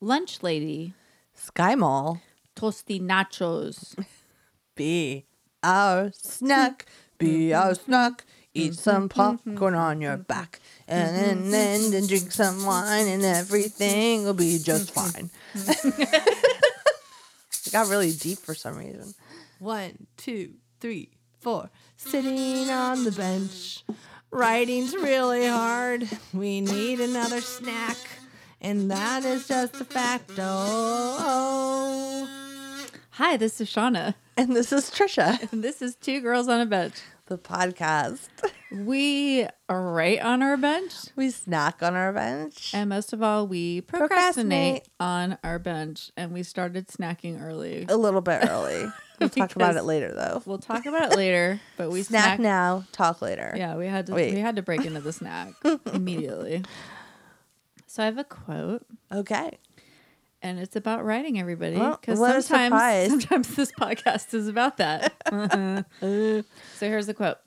Lunch Lady, Sky Mall. Tosti Nachos, Be our snack. Be our snack. Eat some popcorn on your back. And then, then, then drink some wine, and everything will be just fine. it got really deep for some reason. One, two, three, four. Sitting on the bench. Writing's really hard. We need another snack. And that is just a Oh, facto. Hi, this is Shauna. And this is Trisha, And this is Two Girls on a Bench. the podcast. We are right on our bench. We snack on our bench. And most of all, we procrastinate, on our bench. And we started snacking early. a little bit early. We'll talk about it later, though. We'll talk about it later, but we Snack snack now, talk later. Yeah, we had to Wait. we had to break into the snack immediately. So I have a quote. Okay. And it's about writing, everybody. Well, Because what a surprise. sometimes, sometimes this podcast is about that. so here's the quote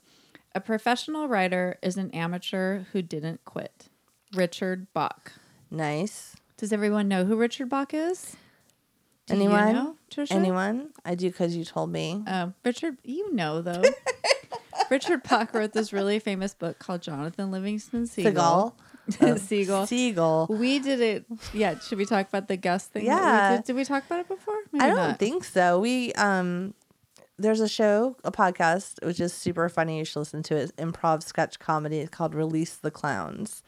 A professional writer is an amateur who didn't quit. Richard Bach. Nice. Does everyone know who Richard Bach is? Do you Anyone? know, Trisha? Anyone? I do because you told me. Um, Richard, you know, though. Richard Bach wrote this really famous book called Jonathan Livingston Seagull. Seagull. Oh. Uh, Seagull. Seagull. we did it. Yeah. Should we talk about the guest thing? that we Yeah. did? Did we talk about it before? Maybe I don't not. think so. We um there's a show, a podcast, which is super funny. You should listen to it. Improv sketch comedy. It's called Release the Clowns.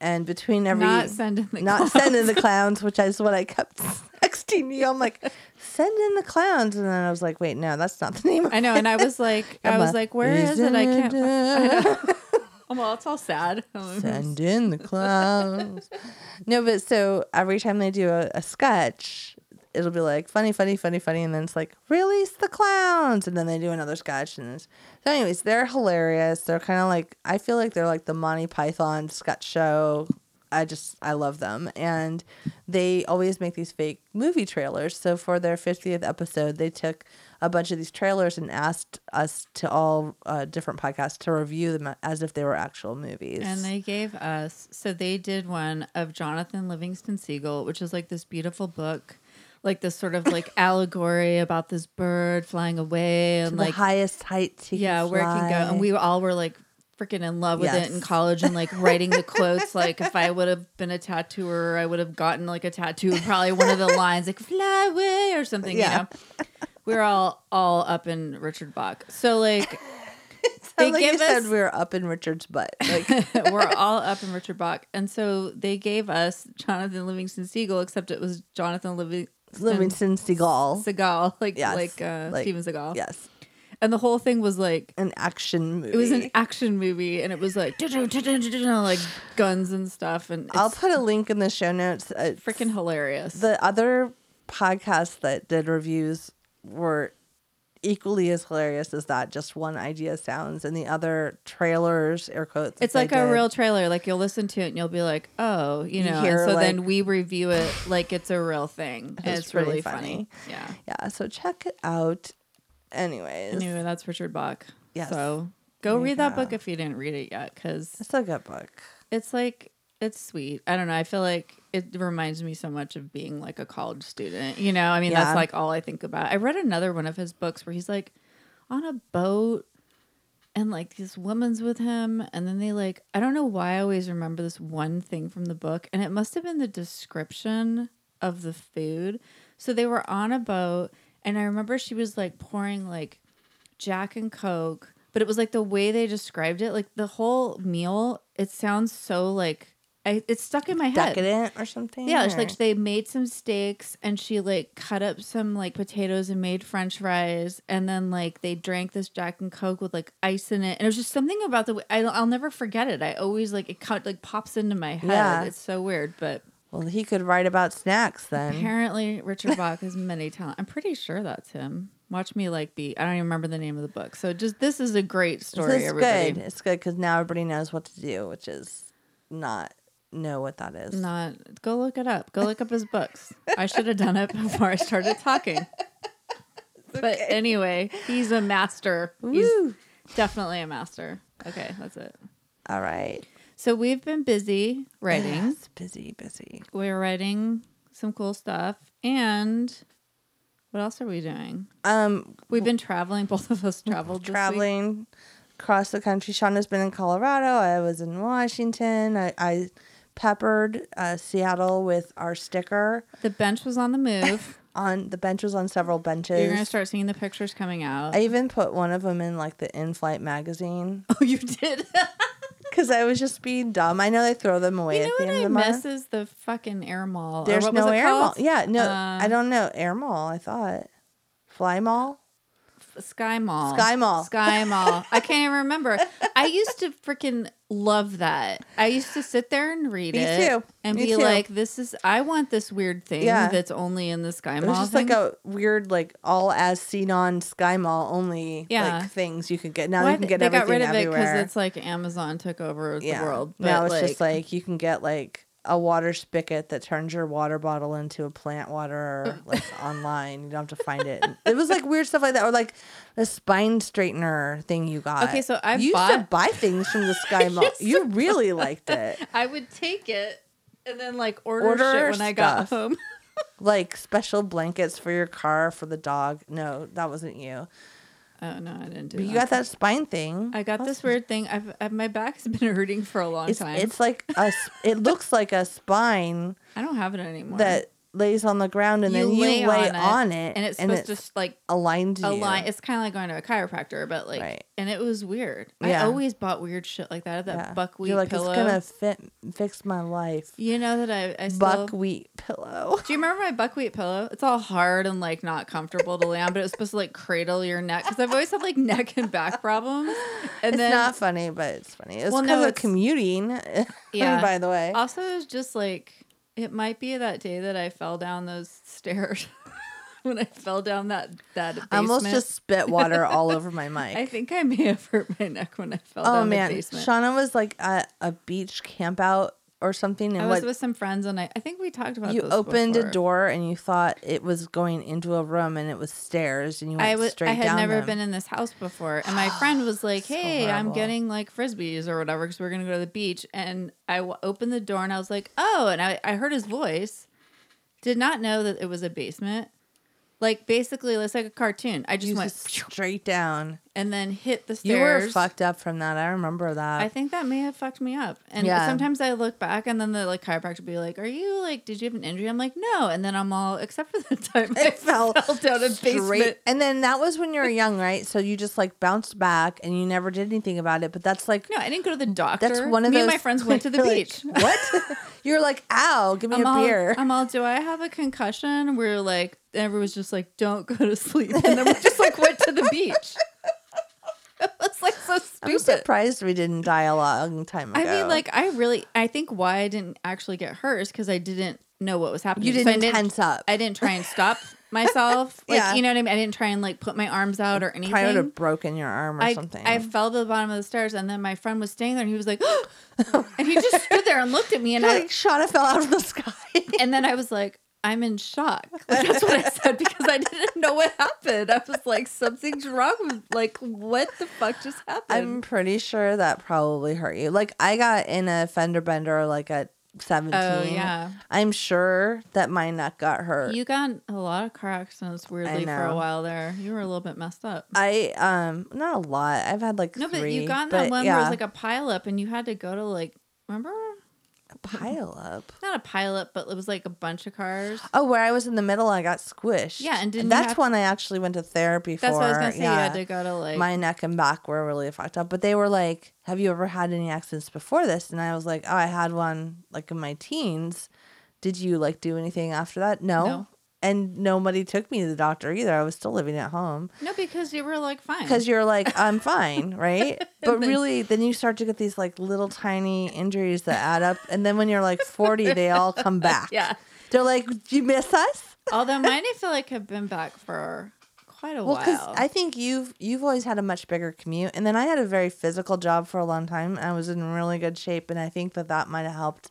And between every Not Send in the not Clowns. send in the clowns, which is what I kept texting you. I'm like, send in the clowns, and then I was like, wait, no, that's not the name. Of I know, and I was like, I was like, where is it? I can't. fi- Oh, well, it's all sad. Um, Send in the clowns. no, but so every time they do a, a sketch, it'll be like funny, funny, funny, funny, and then it's like release the clowns, and then they do another sketch, and it's, so anyways, they're hilarious. They're kind of like I feel like they're like the Monty Python sketch show. I just I love them, and they always make these fake movie trailers. So for their fiftieth episode, they took a bunch of these trailers and asked us to all uh, different podcasts to review them as if they were actual movies. And they gave us so they did one of Jonathan Livingston Seagull, which is like this beautiful book, like this sort of like allegory about this bird flying away and to like the highest heights. He yeah, can where it can go. And fly. we all were like freaking in love with Yes. it in college and like writing the quotes. Like if I would have been a tattooer, I would have gotten like a tattoo of probably one of the lines like "fly away" or something. Yeah. You know, we were all all up in Richard Bach. So like they like give you us- said we were up in Richard's butt. Like we're all up in Richard Bach, and so they gave us Jonathan Livingston Seagull, except it was Jonathan Livingston. Livingston Seagal. Seagal, like Yes, like, uh, like- Steven Seagal, Yes, and the whole thing was like an action movie. It was an action movie, and it was like like guns and stuff, and I'll it's put a link in the show notes. Uh, freaking hilarious. the other podcasts that did reviews were equally as hilarious as that. Just one idea sounds, and the other trailers, air quotes. it's that like they a did- real trailer. Like you'll listen to it, and you'll be like, "Oh, you know." and hear, so like- then we review it like it's a real thing. And was it's pretty really funny. funny. Yeah. Yeah, so check it out. Anyways, Anyway, that's Richard Bach. Yes. So go read that book if you didn't read it yet, because it's a good book. it's like it's sweet. I don't know. I feel like it reminds me so much of being like a college student. You know, I mean, Yeah. that's like all I think about. I read another one of his books where he's like on a boat and like this woman's with him and then they like I don't know why I always remember this one thing from the book and it must have been the description of the food. So they were on a boat and I remember she was like pouring like Jack and Coke, but it was like the way they described it, like the whole meal, it sounds so like I, it's stuck in my head. Decadent or something. Yeah, it's or- like they made some steaks and she like cut up some like potatoes and made french fries and then like they drank this Jack and Coke with like ice in it. And it was just something about the way I, I'll never forget it. I always like it cut, like pops into my head. Yeah. Mm. It's so weird, but Well, he could write about snacks then. apparently Richard Bach has many talent. I'm pretty sure that's him. Watch me like be. I don't even remember the name of the book. So just this is a great story. It's everybody. good. It's good because now everybody knows what to do, which is not know what that is. Not go look it up. Go look up his books. I should have done it before I started talking. But anyway, he's a master. Woo. He's definitely a master. Okay, that's it. All right. So we've been busy writing. It's busy, busy. We're writing some cool stuff. And what else are we doing? Um, We've been traveling. Both of us traveled. this week. traveling across the country. Shauna's been in Colorado. I was in Washington. I, I peppered uh, Seattle with our sticker The bench was on the move. on the bench was on several benches. You're gonna start seeing the pictures coming out. I even put one of them in like the in-flight magazine oh, you did. because I was just being dumb. I know they throw them you away know at the what I end of the miss month. is the fucking air mall. or There's what no was it air mall. called? Yeah, no, Uh, I don't know air mall. I thought fly mall. Sky Mall. Sky Mall. Sky Mall. I can't even remember. I used to freaking love that. I used to sit there and read Me it too. and Me be too. like, "This is I want this weird thing Yeah. that's only in the Sky It Mall." was just thing. like a weird, like all as seen on Sky Mall only Yeah. like things you could get. Now Why you th- can get they everything got rid of it everywhere. it's like Amazon took over the world. But now it's like, just like you can get like a water spigot that turns your water bottle into a plant Uh. water like online. You don't have to find it. It was like weird stuff like that, or like a spine straightener thing you got. Okay, so I've you used to bought- buy things from the Sky Mall. You really liked it, I would take it and then like order, Order shit when I got stuff. home. like special blankets for your car for the dog. No, that wasn't you. oh no, I didn't do But that. you got that spine thing. I got this weird thing. I've, I've my back's been hurting for a long It's, time. it's like a. s- it looks like a spine I don't have it anymore. that lays on the ground, and then you lay, on, it, and it's supposed to like aligned to you. align. It's kind of like going to a chiropractor, but like, Right. and it was weird. I Yeah. always bought weird shit like that. That Yeah. buckwheat You're like, pillow. It's gonna fit, fix my life. You know that I, I still. Buckwheat pillow. do you remember my buckwheat pillow? It's all hard and like not comfortable to lay on, but it was supposed to like cradle your neck because I've always had like neck and back problems. And It's then not funny, but it's funny. It's Well, kind no, of a it's- commuting. Yeah. By the way, also it's just like it might be that day that I fell down those stairs when I fell down that that basement. I almost just spit water all over my mic. I think I may have hurt my neck when I fell oh down man, the basement. Shauna was like at a beach camp out or something, I and was what with some friends and I, I think we talked about you this opened before. a door and you thought it was going into a room and it was stairs, and you went I was straight I had down never them. been in this house before, and my friend was like, "Hey, I'm horrible. getting like frisbees or whatever because we're gonna go to the beach." And I w- opened the door and I was like, "Oh!" And I, I heard his voice. Did not know that it was a basement. Like basically, it's like a cartoon. I just You went just straight down. and then hit the You stairs. were fucked up from that. I remember that. I think that may have fucked me up. And Uh, Yeah. sometimes I look back and then the like chiropractor will be like, Are you like did you have an injury? I'm like, No. And then I'm all except for the time I fell, down a basement. And then that was when you were young, right? So you just like bounced back and you never did anything about it. But that's like No, I didn't go to the doctor. that's one of me those. and my friends went to the you're like, beach. what? You're like, ow, give me I'm a all, beer. I'm all, do I have a concussion? We're like, everyone's just like, don't go to sleep. And then we just like went to the beach. It was like so I'm, stupid. surprised we didn't die a long time ago. I mean, like, I really, I think why I didn't actually get hurt is because I didn't know what was happening. you So I didn't tense up. I didn't try and stop myself. Like, Yeah. you know what I mean? I didn't try and like put my arms out or anything. probably would have broken your arm or I, something. I fell to the bottom of the stairs and then my friend was standing there and he was like, and he just stood there and looked at me and You're I, like Shauna fell out of the sky. and then I was like, I'm in shock. Like, that's what I said because I didn't know what happened. I was like, something's wrong with like what the fuck just I'm happened? pretty sure that probably hurt you. Like I got in a fender bender like at 17. Oh, yeah. I'm sure that my neck got hurt. you got in a lot of car accidents weirdly for a know. while there. You were a little bit messed up. I um not a lot. I've had like no, but three, you got in but that one where it yeah. was like a pile up and you had to go to like remember? pile up. Not a pile up, but it was like a bunch of cars. Oh, where I was in the middle, I got squished. Yeah, and didn't you that's have- when I actually went to therapy for. That's what I was gonna say. You Yeah, had to go to like my neck and back were really fucked up. But they were like, "Have you ever had any accidents before this?" And I was like, "Oh, I had one like in my teens. Did you like do anything after that? No." No. And nobody took me to the doctor either. I was still living at home. no because you were like fine. because you're like i'm fine right but then- really then you start to get these like little tiny injuries that add up and then when you're like 40 they all come back yeah. they're like "Did you miss us Although mine, I feel like have been back for quite a well because while. i think you've you've always had a much bigger commute and then i had a very physical job for a long time i was in really good shape and i think that that might have helped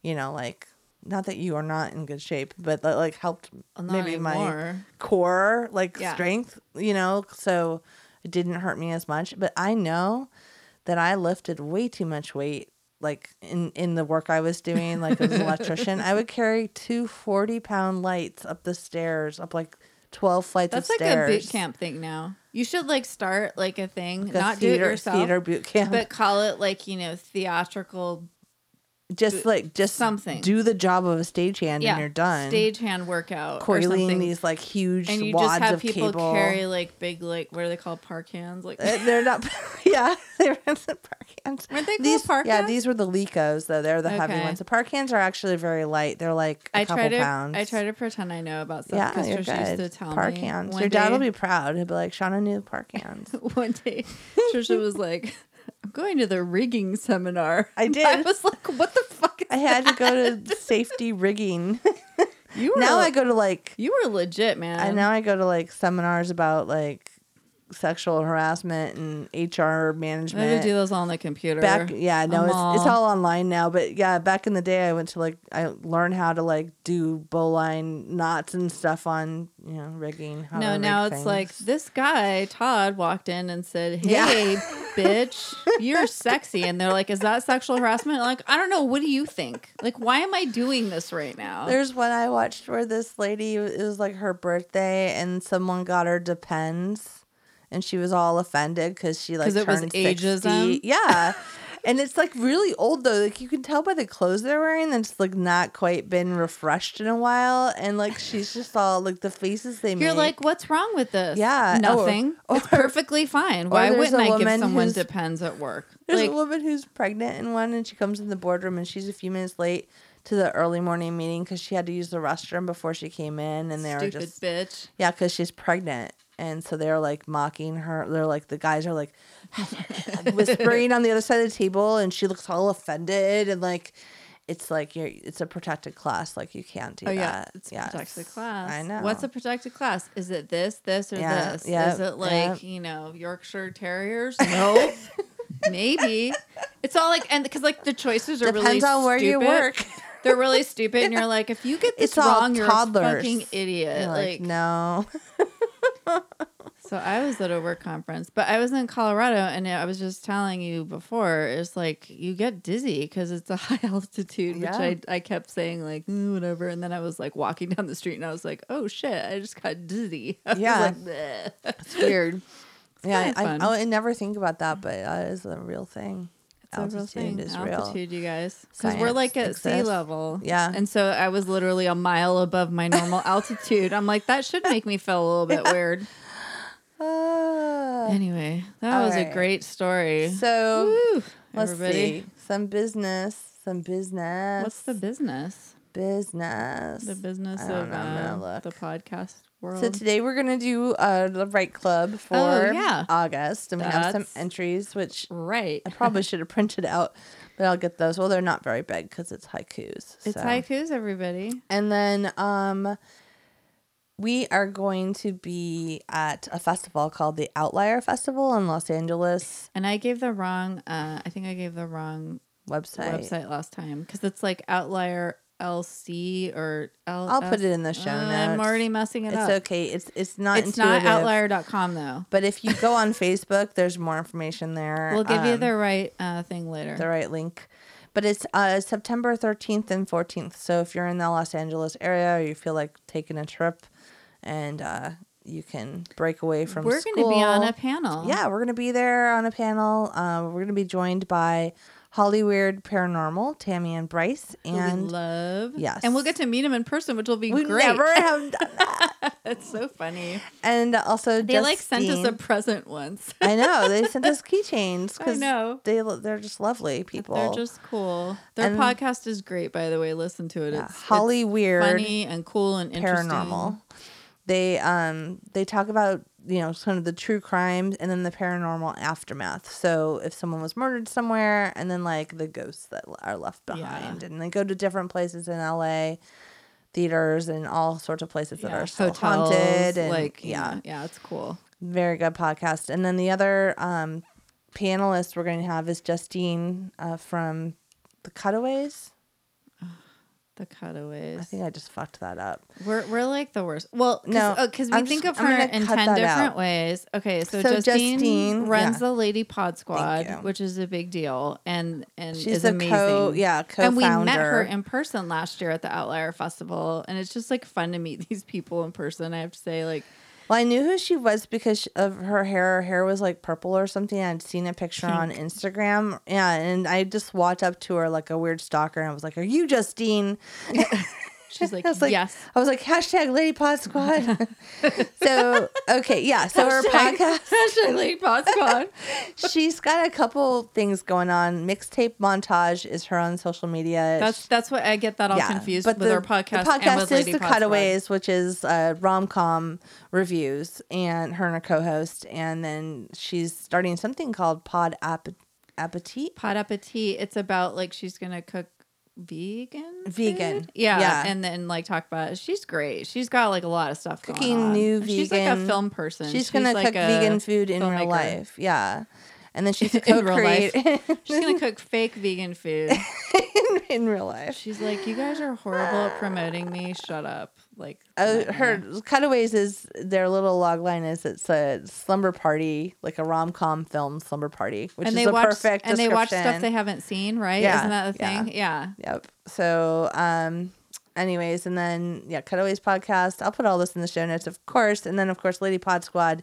you know like not that you are not in good shape but that like helped Well, not maybe my anymore. core like Yeah. strength you know so it didn't hurt me as much but i know that i lifted way too much weight like in in the work I was doing, like as an electrician, I would carry two 40 pound lights up the stairs, up like twelve flights That's of like stairs. a boot camp thing now. You should like start like a thing, Like a not do theater, it yourself, Theater boot camp, but call it like you know theatrical. just like just something. Do the job of a stagehand, yeah, and you're done. Stagehand workout or coiling something. these like huge and you wads just have of people cable. carry like big like what are they called park hands like Uh, They're not. yeah, they were the park hands. Weren't they called these, park Yeah, hands? these were the Lecos though. They're the heavy Okay. ones. The park hands are actually very light. They're like a I couple try to pounds. I try to pretend I know about stuff Yeah, because you're Trisha used good. to tell park me hands. one Your dad day- will be proud. He'll be like, "Shauna knew park hands." one day Trisha was like, I'm going to the rigging seminar. I I did. was like, what the fuck is I had to go to safety rigging. you were now I go to like, You were legit, man. and now I go to like seminars about like sexual harassment and HR I had management. to do those all on the computer. back yeah no I'm it's, it's all online now but yeah back in the day i went to like i learned how to like do bowline knots and stuff on you know rigging how to No, rig now it's things. like this guy, Todd, walked in and said, Yeah. Hey, bitch, you're sexy. And they're like, Is that sexual harassment? Like, I don't know. What do you think? Like, why am I doing this right now? there's one i watched where this lady it was like her birthday and someone got her depends and she was all offended because she like 'Cause it was turned ageism? 60. yeah and it's like really old though like you can tell by the clothes they're wearing that it's like not quite been refreshed in a while and like she's just all like the faces they You're make like, what's wrong with this? Yeah, or- Nothing. it's perfectly fine. Why there's wouldn't a I give woman someone who's- depends at work? There's Like, a woman who's pregnant and one, and she comes in the boardroom and she's a few minutes late to the early morning meeting because she had to use the restroom before she came in, and they were stupid just bitch. yeah, because she's pregnant, and so they're like mocking her. They're like the guys are like whispering on the other side of the table, and she looks all offended and like. It's like you're. It's a protected class. Like you can't do Oh yeah, that. it's a Yes. protected class. I know. What's a protected class? Is it this, this, or Yeah, this? yep, Is it like yep. you know Yorkshire Terriers? No, maybe. It's all like and because like the choices are really Depends on where you stupid. work. They're really stupid, and you're like, if you get this It's all wrong, you're a toddlers. fucking idiot. You're like, like no. so I was at a work conference, but I was in Colorado, and I was just telling you before, it's like you get dizzy because it's a high altitude, which Yeah. I, I kept saying like "Mm, whatever, and then I was like walking down the street, and I was like, oh shit, I just got dizzy. I was Yeah. like, "Bleh." It's weird. yeah, kinda I, Eh, fun. I, I never think about that, but that is a real thing. It's a real thing. is real. altitude, you guys, because we're Science like at sea exists. level. Yeah. and so I was literally a mile above my normal altitude. I'm like, that should make me feel a little bit weird. Ah. Anyway, that All was a right. great story. so Woo, let's everybody. see some business. Some business. What's the business? business? The business I don't of know, I'm gonna uh, look. the podcast world. Oh, so today we're gonna do uh, the right club for yeah. August, and we have some That's- entries which right. I probably should have printed out, but I'll get those. Well, they're not very big because it's haikus. It's so. haikus, everybody. And then um we are going to be at a festival called the Outlier Festival in Los Angeles And I gave the wrong. Uh, I think I gave the wrong website. website last time because it's like outlier LC or L. Oh, I'll put it in the show notes. Uh, I'm already messing it It's up. okay. It's it's not It's intuitive. not outlier.com though. But if you go on Facebook, there's more information there. We'll give you Um, the right uh, thing later. the right link. But it's uh, September 13th and 14th. So if you're in the Los Angeles area or you feel like taking a trip and uh, you can break away from We're school. going to be on a panel. Yeah, we're going to be there on a panel. Uh, we're going to be joined by Holly Weird Paranormal, Tammy and Bryce, who we and love. Yes. And we'll get to meet him in person, which will be we great. never have done. It's so funny. And also, They like sent us a present once. I know they sent us keychains I because know. they lo- they're just lovely people. They're just cool. Their And- podcast is great, by the way. Listen to it. Yeah, It's, Holly it's Weird funny and cool and interesting. paranormal. They um they talk about you know kind of the true crimes and then the paranormal aftermath. So if someone was murdered somewhere and then like the ghosts that are left behind, and they go to different places in L.A. theaters and all sorts of places that are still haunted and like yeah, yeah, yeah, it's cool. very good podcast. And then the other um panelist we're going to have is Justine uh, from the Cutaways. The cutaways. I think I just fucked that up. We're we're like the worst. Well, cause, No, because we I'm think just- of I'm her gonna in cut ten that different out. ways. Okay, so, So Justine, Justine- runs yeah. the Lady Pod you. Squad, which is a big deal, and and She's is a amazing. co- yeah, And we met co-founder. her in person last year at the Outlier Festival, and it's just like fun to meet these people in person. I have to say, like, Well, I knew who she was because she- of her hair. Her hair was like purple or something. I'd seen a picture on Instagram. Yeah, and I just walked up to her like a weird stalker and I was like, "Are you Justine?" she's like, I was like, yes, I was like, hashtag Lady Pod Squad. so okay, yeah. So her Hashtag- podcast, hashtag Lady Pod Squad. she's got a couple things going on. Mixtape montage is her on social media. That's that's why I get that all confused with her podcast. The podcast and with is Lady the Pod Squad. Cutaways, which is uh, rom com reviews, and her and her co-host, and then she's starting something called Pod App- Appetit. Pot Appetit. It's about like she's gonna cook vegan Vegan. food? Yeah. Yeah. and then like talk about it. she's great she's got like a lot of stuff going Cooking on. new And she's like a vegan- film person She's, gonna like cook a vegan food in real filmmaker. life. Yeah. And then she's co in real create life she's gonna cook fake vegan food in real life. she's like you guys are horrible at promoting me shut up like Oh, nightmare. her cutaways is their little log line is it's a slumber party, like a rom com film slumber party, which and is they a watch perfect and they watch stuff description. they haven't seen right Yeah, isn't that the yeah. thing yeah Yep. So, um, anyways, and then yeah, Cutaways podcast. I'll put all this in the show notes, of course. And then, of course, Lady Pod Squad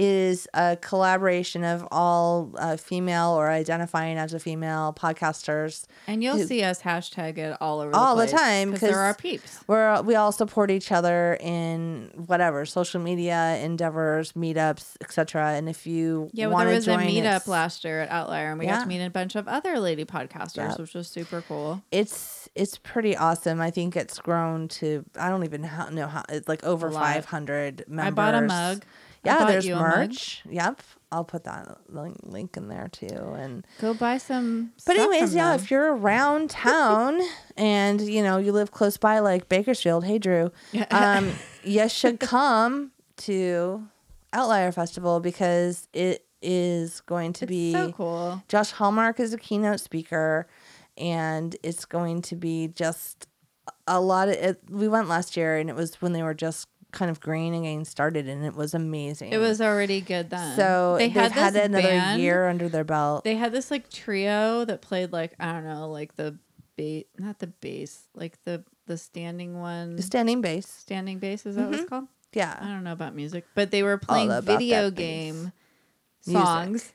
is a collaboration of all uh, female or identifying as a female podcasters. and you'll Who- see us hashtag it all over All the place, time, 'cause- there are peeps Where we all support each other in whatever social media endeavors, meetups, etc. And if you Yeah, well, want there to was a join, meetup it's, last year at Outlier, and we got Yeah. to meet a bunch of other lady podcasters, Yep. which was super cool. it's it's pretty awesome. I think it's grown to I don't even ho- know how it's like over A lot. five hundred members. I bought a mug. I Yeah, bought there's you a mug. merch. Yep. I'll put that link, link in there too. And Go buy some. but stuff anyways, from yeah, them. if you're around town and you know you live close by, like Bakersfield, hey Drew, um, you should come to Outlier Festival because it is going to it's be so cool. Josh Hallmark is a keynote speaker, and it's going to be just a lot of it. We went last year, and it was when they were just kind of green and getting started, and it was amazing. It was already good then. so Um, they they have had, had, this another band. year under their belt. They had this like trio that played like I don't know, like the bass, not the bass, like the the standing one, Standing bass, standing bass. Is that what Mm-hmm. it's called? I yeah. don't know about music, but they were playing about that video bass. game Music. songs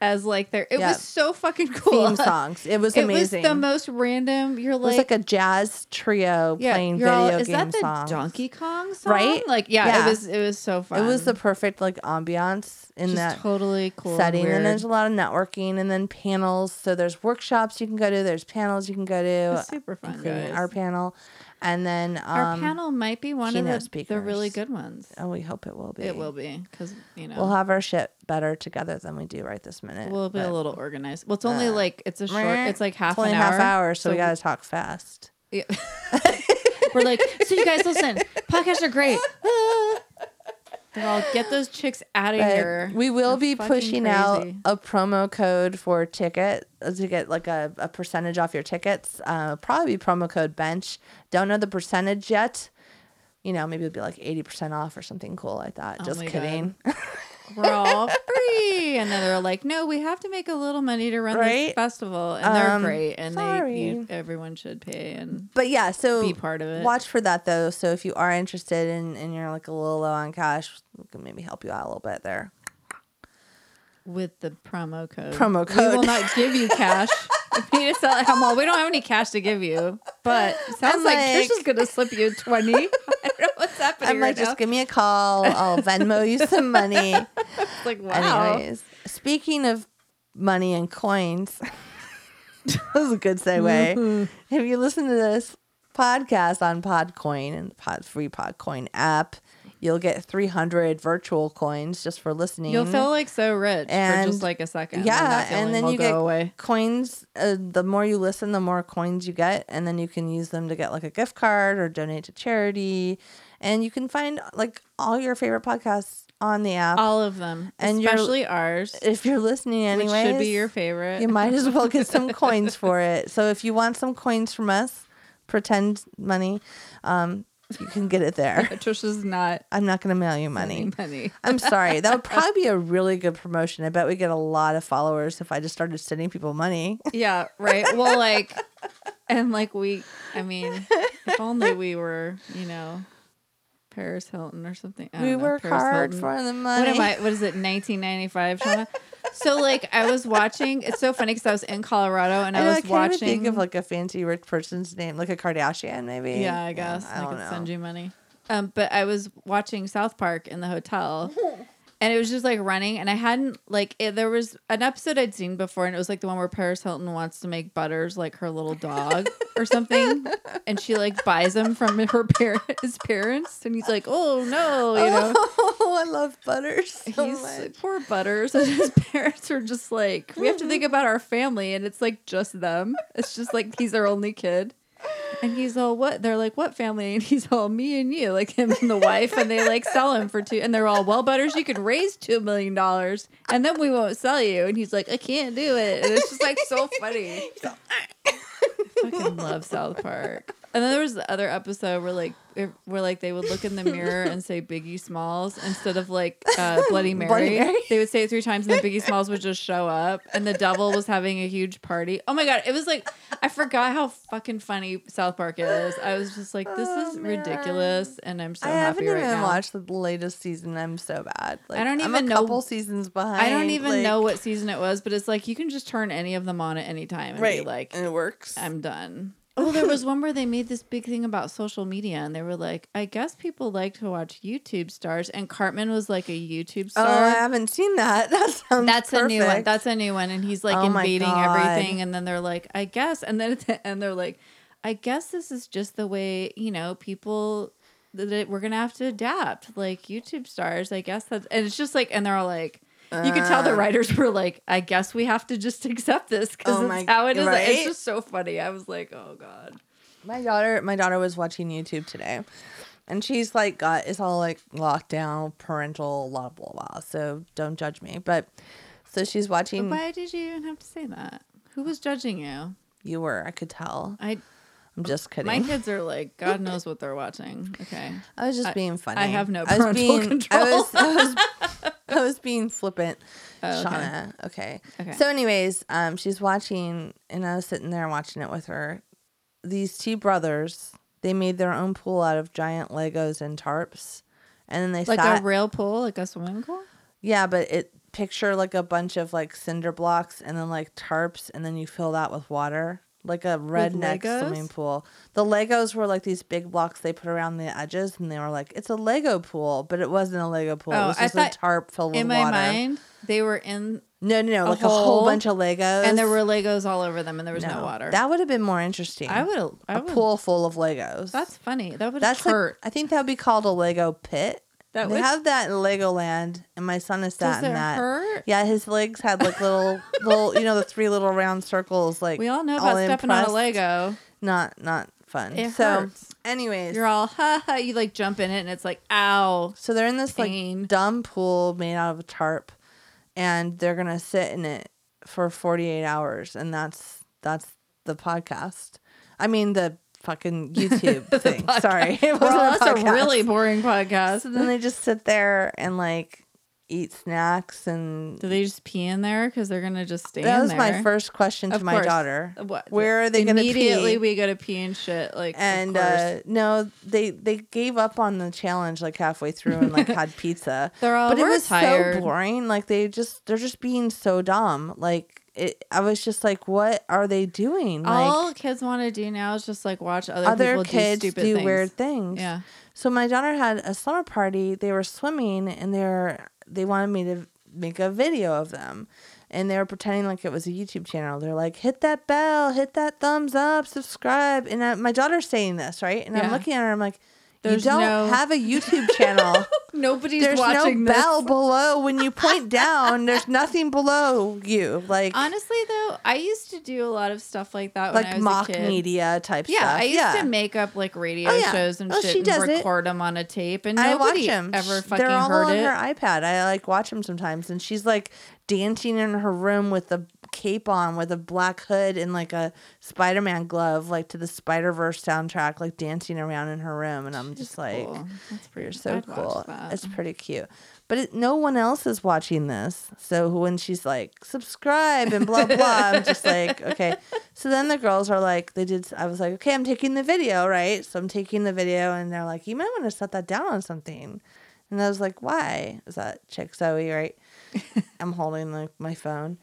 as like their. It Yep. was so fucking cool. Theme songs. It was it amazing. was the most random. You're it was like, like a jazz trio yeah, playing you're video all, game is that the songs. Donkey Kong song? Right? Like, yeah, Yeah. it was. It was so fun. It was the perfect like ambiance in Just that totally cool and setting. And, weird. there's a lot of networking and then panels. So there's workshops you can go to, there's panels you can go to. Uh, It's super fun, including guys. Our panel. And then um Our panel might be one of keynote the, the really speakers. good ones. and we hope it will be. It will be because you know We'll have our shit better together than we do right this minute. we'll be a but- little organized. Well, it's only uh, like it's a short. Meh. It's like half It's only an a hour. half hour, so, we gotta talk fast. Yeah. We're like, so you guys listen. Podcasts are great. They're all get those chicks out of But here. we will They're be fucking pushing out crazy. a promo code for ticket uh, to get like a, a percentage off your tickets. Uh, probably promo code bench. Don't know the percentage yet. You know, maybe it'll be like eighty percent off or something cool like that. Oh Just my God. kidding. we're all free. And then they're like, no, we have to make a little money to run Right? this festival. And they're Um, great. And they, you, sorry. everyone should pay. And But yeah, so Be part of it. Watch for that though. So if you are interested and, and you're like a little low on cash, we can maybe help you out a little bit there. with the promo code, Promo we will code. not give you cash. If you sell it, I'm all, we don't have any cash to give you. But it sounds I'm like, like- Trish is going to slip you a 20. I don't know what's happening I'm right like, just now. give me a call. I'll Venmo you some money. It's like, wow. Anyways, speaking of money and coins, that was a good segue. Mm-hmm. Have you listened to this podcast on Podcoin and the Pod Free Podcoin app? You'll get 300 virtual coins just for listening. You'll feel like so rich for And- just like a second. yeah, that and feeling then will you go get away. coins. Uh, the more you listen, the more coins you get, and then you can use them to get like a gift card or donate to charity. And you can find like all your favorite podcasts on the app. All of them, And you're- especially ours, if you're listening which anyway, should be your favorite. you might as well get some coins for it. So if you want some coins from us, pretend money, um, you can get it there. Trisha's not I'm not going to mail you money. money. money. I'm sorry. That would probably be a really good promotion. I bet we get a lot of followers if I just started sending people money. Yeah, right. Well, like, and like we, I mean, if only we were, you know, Paris Hilton or something. I don't We know, work Paris hard Hilton. for the What money. am I? What is it? 1995, Shauna. So like, I was watching. It's so funny because I was in Colorado and I, I, know, I was can't watching. Even think of like a fancy rich person's name, like a Kardashian, maybe. yeah, I guess I I don't could know. send you money. Um, but I was watching South Park in the hotel, and it was just like running. And I hadn't like it, there was an episode I'd seen before, and it was like the one where Paris Hilton wants to make Butters like her little dog or something, and she like buys him from her par- his parents, and he's like, "Oh no," you know. Oh, I love butters so He's much. poor Butters, and his parents are just like, we have to think about our family, and it's like just them. It's just like he's their only kid, and he's all what? They're like, what family? And he's all me and you, like him and the wife, and they like sell him for two, and they're all well, Butters, you could raise two million dollars, and then we won't sell you. And he's like, I can't do it, and it's just like so funny. I fucking love South Park. And then there was the other episode where like it- where like they would look in the mirror and say Biggie Smalls instead of like uh, Bloody, Mary. Bloody Mary. They would say it three times and the Biggie Smalls would just show up and the devil was having a huge party. Oh my god, it was like I forgot how fucking funny South Park is. I was just like, this Oh, is man. ridiculous, and I'm so I happy haven't right even now. watched the latest season. I'm so bad. Like, I don't I'm even a know- couple seasons behind. I don't even like- know what season it was, but it's like you can just turn any of them on at any time and be Right, like, and it works. I'm done. Oh, there was one where they made this big thing about social media, and they were like, "I guess people like to watch YouTube stars," and Cartman was like a YouTube oh, I star. haven't seen that. That sounds That's a new one. perfect. That's a new one, and he's like Oh my invading God. everything, and then they're like, "I guess," and then at the end they're like, "I guess this is just the way you know people that it- we're gonna have to adapt, like YouTube stars. I guess that's and it's just like, and they're all like." You could Uh. tell the writers were like, "I guess we have to just accept this because Oh it's my- how it is." It's right? just so funny. I was like, "Oh god." My daughter, my daughter was watching YouTube today, and she's like, "Got it's all like lockdown, parental, blah blah blah." So don't judge me, but so she's watching. Why did you even have to say that? Who was judging you? You were, I could tell. I I'm just kidding. my kids are like, God knows what they're watching. Okay. I was just being funny. I have no I was parental I control. was, I was, I was being flippant, Oh, okay. Shauna. Okay. Okay. So, anyways, um, she's watching, and I was sitting there watching it with her. These two brothers, they made their own pool out of giant Legos and tarps, and then they Like sat. a rail pool, like a swimming pool? Yeah, but it picture like a bunch of like cinder blocks and then like tarps and then you fill that with water. Like a redneck Legos? swimming pool. The Legos were like these big blocks they put around the edges and they were like, it's a Lego pool, but it wasn't a Lego pool. Oh, it was I just thought- a tarp filled In with my water. mind, they were in no, no, no. a like a whole hole, bunch of Legos. and there were Legos all over them and there was no, water. That would have been more interesting. I would I a would pool full of Legos. that's funny. That would that's like- hurt. I think that would be called a Lego pit. That they would- have that in Legoland, and my son has Does sat in it that. hurt? Yeah, his legs had like little, little, you know, the three little round circles. Like we all know about stepping on a impressed. Lego. Not, not fun. It so, hurts. anyways, You're all ha ha you like jump in it and it's like ow. so they're in this Pain. like dumb pool made out of a tarp, and they're gonna sit in it for forty eight hours, and that's that's the podcast. I mean the fucking YouTube thing. Sorry, it wasn't Well, a that's a podcast. really boring podcast. So then they just sit there and like eat snacks and Do they just pee in there? Because they're gonna just stay. that in was my there. first question to Of my course. daughter. What- Where are they going to Immediately, pee? we go to pee and shit. Like, and uh, no, they they gave up on the challenge like halfway through and like had pizza. They're all, but it "We're was tired." so boring. Like they just they're just being so dumb. Like it, I was just like, what are they doing? all like kids want to do now is just like watch other, other people kids do do, stupid things. weird things. Yeah, So my daughter had a summer party. They were swimming, and they were they wanted me to make a video of them, and they were pretending like it was a YouTube channel. They're like, "Hit that bell, hit that thumbs up, subscribe." And I, my daughter's saying this right, and Yeah. I'm looking at her. I'm like, There's you don't no- have a YouTube channel. Nobody's There's no watching this. bell below when you point down. There's nothing below you, like Honestly, though, I used to do a lot of stuff like that when I like was mock a kid. media type Yeah, stuff. I used yeah. to make up like radio Oh, yeah. shows and Oh, she shit does and it. record them on a tape, and I watch nobody them. ever Sh- fucking They're all heard on it. her iPad. I like watch them sometimes, and she's like dancing in her room with a cape on, with a black hood and like a Spider-Man glove, like to the Spider Verse soundtrack, like dancing around in her room. And I'm just like, Cool. That's pretty you're so I'd watch cool. that. It's pretty cute. But it, no one else is watching this. So when she's like, subscribe and blah, blah, I'm just like, okay. So then the girls are like, they did, I was like, okay, I'm taking the video, right? So I'm taking the video and they're like, you might want to set that down on something. And I was like, why? Is that chick Zoe, right? I'm holding like my phone.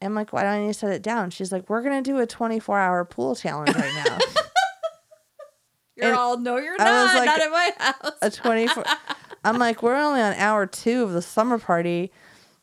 I'm like, why don't I need to set it down? She's like, we're going to do a 24 hour pool challenge right now. You're and all no, you're I was not. like- not at my house. a 24 i'm like we're only on hour two of the summer party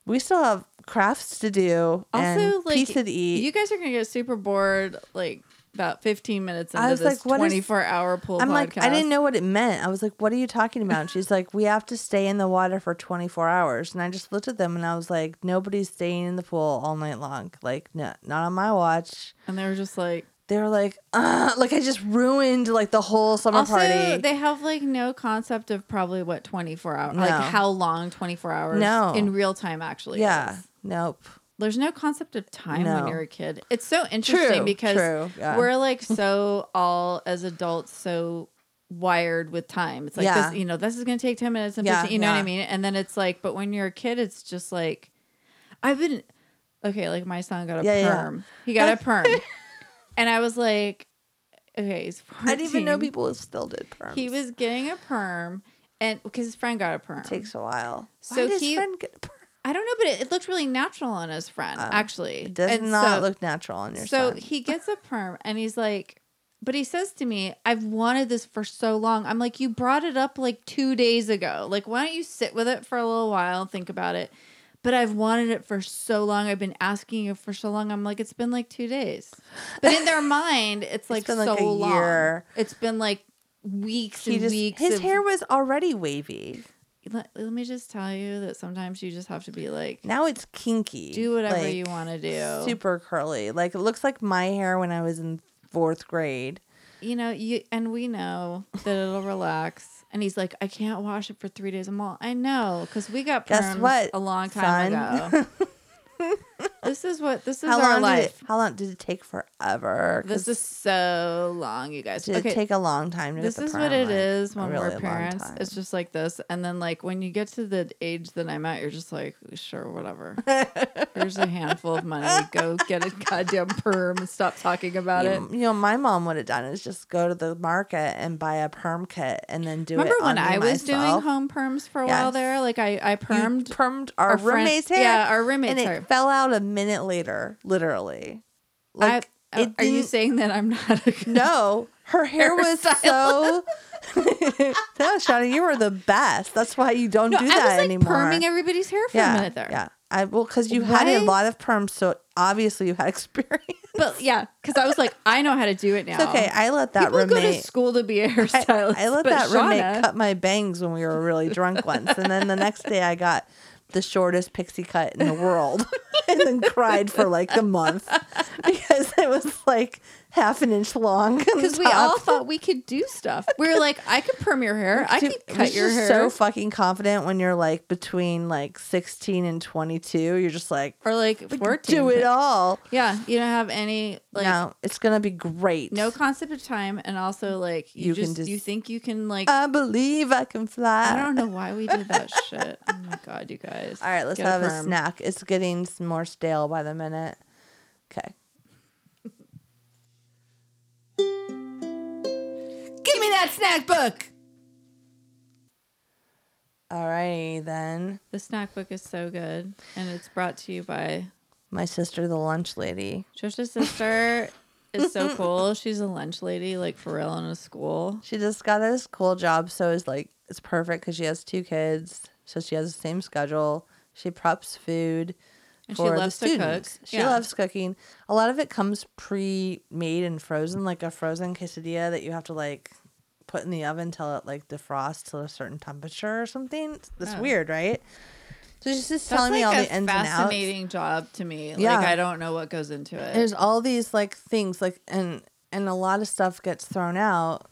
we still have crafts to do Also, and like pizza to eat you guys are gonna get super bored. Like about 15 minutes into I was this like, what is- 24 hour pool i'm podcast. like i didn't know what it meant i was like what are you talking about and she's like we have to stay in the water for 24 hours and i just looked at them and i was like nobody's staying in the pool all night long like no, not on my watch and they were just like. they were like uh like i just ruined like the whole summer Also, party they have like no concept of probably what 24 hours, No. like how long 24 hours No. in real time actually yeah is. nope there's no concept of time No. when you're a kid. It's so interesting True, because true, yeah. we're like so all as adults so wired with time. It's like Yeah. this, you know, this is going to take 10 minutes and Yeah, 15, you know what yeah. I mean? And then it's like but when you're a kid it's just like I've been okay, like my son got a Yeah, yeah. perm. He got a perm. and I was like okay, he's 14. i didn't even know people still did perms. He was getting a perm and because his friend got a perm. takes a while. So Why does he- friend get a perm? I don't know, but it, it looked really natural on his friend, actually. Uh, It does And not so- look natural on your so son. he gets a perm and he's like but he says to me i've wanted this for so long i'm like you brought it up like two days ago like why don't you sit with it for a little while and think about it but i've wanted it for so long i've been asking you for so long i'm like it's been like two days but in their mind it's like been, so like, a long year. it's been like weeks He and just weeks his of- hair was already wavy. let, let me just tell you that sometimes you just have to be like Now it's kinky. do whatever like, you want to do Super curly. Like it looks like my hair when I was in fourth grade. you know, you and we know that it'll relax. And he's like, I can't wash it for three days. I'm all, I know, because we got Guess perms what, a long time son? ago. this is what this is how our long did life. it? How long did it take forever? 'Cause This is so long, you guys. did okay, it take a long time to this get the is perm? what it Like, is a when really we're long parents. time. It's just like this, and then like when you get to the age that I'm at, you're just like, sure, whatever. Here's a handful of money. Go get a goddamn perm and stop talking about it. you, you know, my mom would have done is just go to the market and buy a perm kit and then do Remember it. when on me I was doing myself. home perms for a while Yes. there? Like I, I You permed permed our, our friend- roommate's hair. yeah, our roommate's and it hair. fell out a minute later, literally. Like I, uh, it are you didn't- saying that I'm not a good no, her hair was so. no, Shawnee, you were the best. That's why you don't No, do I that was like anymore. perming everybody's hair for yeah, a minute there. yeah. I well, because you had a Why? lot of perms, so obviously you had experience. But yeah, because I was like, I know how to do it now. It's okay. I let that People go to roommate. school to be a I, hairstylist. I let but that roommate Shauna- cut my bangs when we were really drunk once, and then the next day I got the shortest pixie cut in the world, and then cried for like a month because it was like half an inch long. Because we all thought we could do stuff. We were like, I could perm your hair. I could cut your hair. So fucking confident when you're like between like 16 and 22, you're just like or like 14. do it all. Yeah. You don't have any like no, it's gonna be great. no concept of time and also like you, You can just, just- you think you can like I believe I can fly. I don't know why we did that shit. Oh my god, you guys. All right, let's Get have a perm. snack. It's getting s- more stale by the minute. Okay. Give me that snack book. All righty then. The snack book is so good, and it's brought to you by My sister, the lunch lady. Trisha's sister. is so cool. She's a lunch lady, like for real, in a school. She just got this cool job, so it's like it's perfect because she has two kids, so she has the same schedule. She preps food And she for loves to the cook. students. She Yeah. loves cooking. A lot of it comes pre-made and frozen, like a frozen quesadilla that you have to like put in the oven till it like defrosts to a certain temperature or something. That's Oh. weird, right? So she's That's just telling me like all a the ends and outs. fascinating job to me. Yeah. Like I don't know what goes into it. there's all these like things like and and a lot of stuff gets thrown out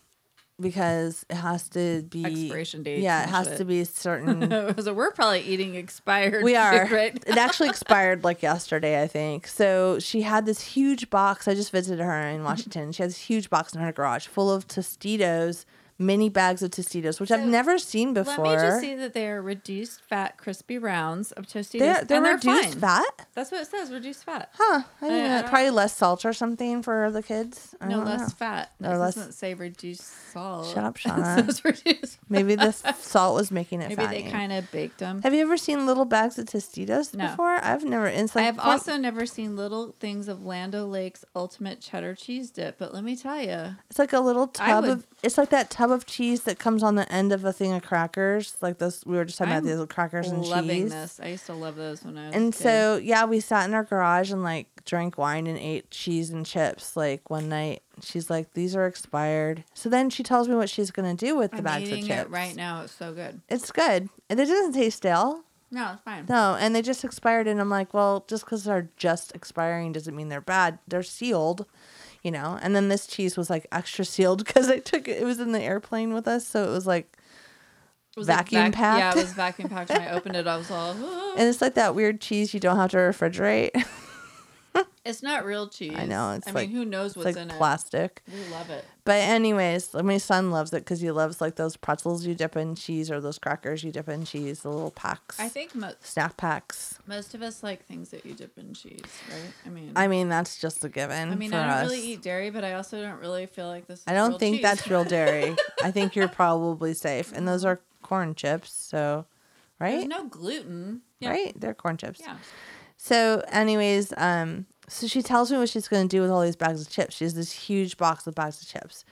because it has to be Expiration dates yeah it and has to shit. be certain so we're probably eating expired. we food are right. it actually expired like yesterday i think so she had this huge box i just visited her Mm-hmm. in washington she has this huge box in her garage full of tostitos mini bags of tostitos which i've So, never seen Let before me just say that they are reduced fat crispy rounds of Tostitos. they're, they're and they're reduced fine. fat That's what it says, reduced fat. huh I didn't I- know. I don't- probably less salt or something for the kids I No don't less know. fat. It Or Uh-huh. less- doesn't say reduced salt. Shut up, It Shauna. says reduced. maybe the salt was making it Maybe they fatty. kind of baked them. Have you ever seen little bags of Tostitos No. before? I've never. and It's like I have one- also never seen little things of Lando Lake's ultimate cheddar cheese dip, but let me tell you, It's like a little I tub would- of. It's like that tub of cheese that comes on the end of a thing of crackers. Like those we were just talking about I'm these little crackers and loving cheese. this. I used to love those when I was. a And kid. so yeah, we sat in our garage and like drank wine and ate cheese and chips. Like one night, she's like, "These are expired." So then she tells me what she's gonna do with the I'm bags of eating chips. it right now. It's so good. It's good. And It doesn't taste stale. No, it's fine. No, and they just expired, and I'm like, well, just because they're just expiring doesn't mean they're bad. They're sealed, you know. And then this cheese was like extra sealed because I took it. It was in the airplane with us, so it was like, It was Vacuum like vac- packed. Yeah, it was vacuum packed. When I opened it, I was all, "Ooh." and it's like that weird cheese you don't have to refrigerate. it's not real cheese. I know, it's I like- mean, who knows it's what's like in plastic. it? We love it. But anyways, my son loves it because he loves like those pretzels you dip in cheese or those crackers you dip in cheese, the little packs, I think most snack packs. most of us like things that you dip in cheese, right? I mean, I mean, that's just a given. I mean, Mm, for I don't us. really eat dairy, but I also don't really feel like this. Is I don't real think cheese. that's real dairy. I think you're probably safe. And those are corn chips, so There's right? no gluten. Yeah. Right? They're corn chips. Yeah. So anyways, um so she tells me what she's going to do with all these bags of chips. She has this huge box of bags of chips.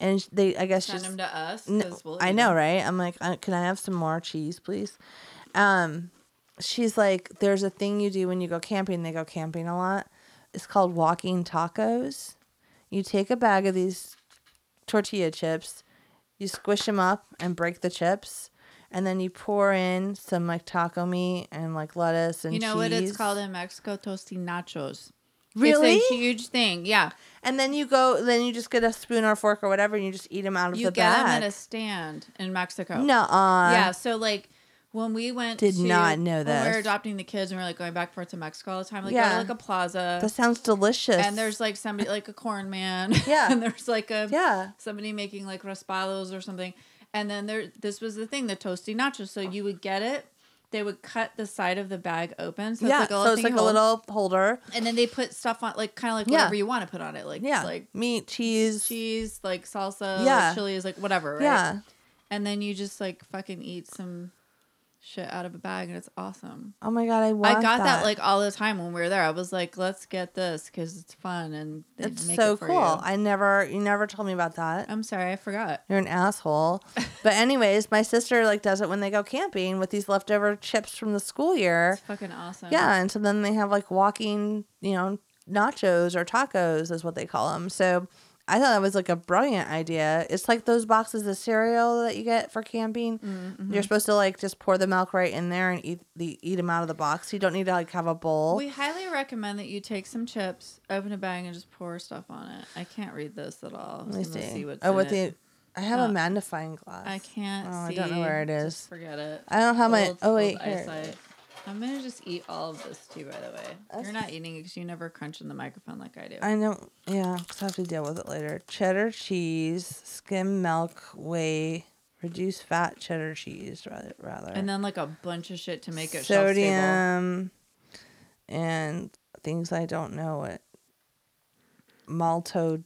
And sh- they I guess Send she's them to us. no, 'cause we'll I eat know, them. right? I'm like, uh, can I have some more cheese, please? Um, she's like, there's a thing you do when you go camping. They go camping a lot. It's called walking tacos. You take a bag of these tortilla chips, you squish them up and break the chips, and then you pour in some like taco meat and like lettuce and You know what it's cheese. called in Mexico? Tosti nachos. Really? It's a huge thing. Yeah. And then you go, then you just get a spoon or fork or whatever, and you just eat them out of You the get them bag. uh, at a stand in Mexico. Nuh-uh. yeah. So like when we went, Did to- not know when we this. were adopting the kids, and we were like going back and forth to Mexico all the time. Like go Yeah. to like a plaza, That sounds delicious. and there's like somebody like a corn man. Yeah. and there's like a Yeah. somebody making like raspados or something. And then there, this was the thing, the toasty nachos. So you would get it. They would cut the side of the bag open, so yeah, it's like a little so it's thing like you a hold. little holder. and then they put stuff on, like kind of like Yeah. whatever you want to put on it, like Yeah, like meat, cheese. cheese, like salsa, Yeah. like chilies, like whatever. Right? Yeah. and then you just like fucking eat some shit out of a bag, and it's awesome. Oh my god, I want. I got that. like all the time when we were there. I was like, let's get this because it's fun and they it's make so it for cool. You. Oh. I never, you never told me about that. I'm sorry, I forgot. You're an asshole. but anyways, my sister like does it when they go camping with these leftover chips from the school year. It's fucking awesome. Yeah, and so then they have like walking, you know, nachos or tacos is what they call them. So I thought that was like a brilliant idea. It's like those boxes of cereal that you get for camping. Mm-hmm. You're supposed to like just pour the milk right in there and eat the eat them out of the box. You don't need to like have a bowl. We highly recommend that you take some chips, open a bag, and just pour stuff on it. I can't read this at all. Let me so I'm gonna see. what's oh, in what it. the? I have a Uh, magnifying glass. I can't. Oh, I see. don't know where it is. Just forget it. I don't have my- Old- oh, wait, old here. eyesight. I'm gonna just eat all of this too. By the way, you're not eating it because you never crunch in the microphone like I do. I know. Yeah, 'cause I have to deal with it later. Cheddar cheese, skim milk, whey, reduced fat cheddar cheese, rather. rather. and then like a bunch of shit to make it shelf stable. sodium, and things I don't know what.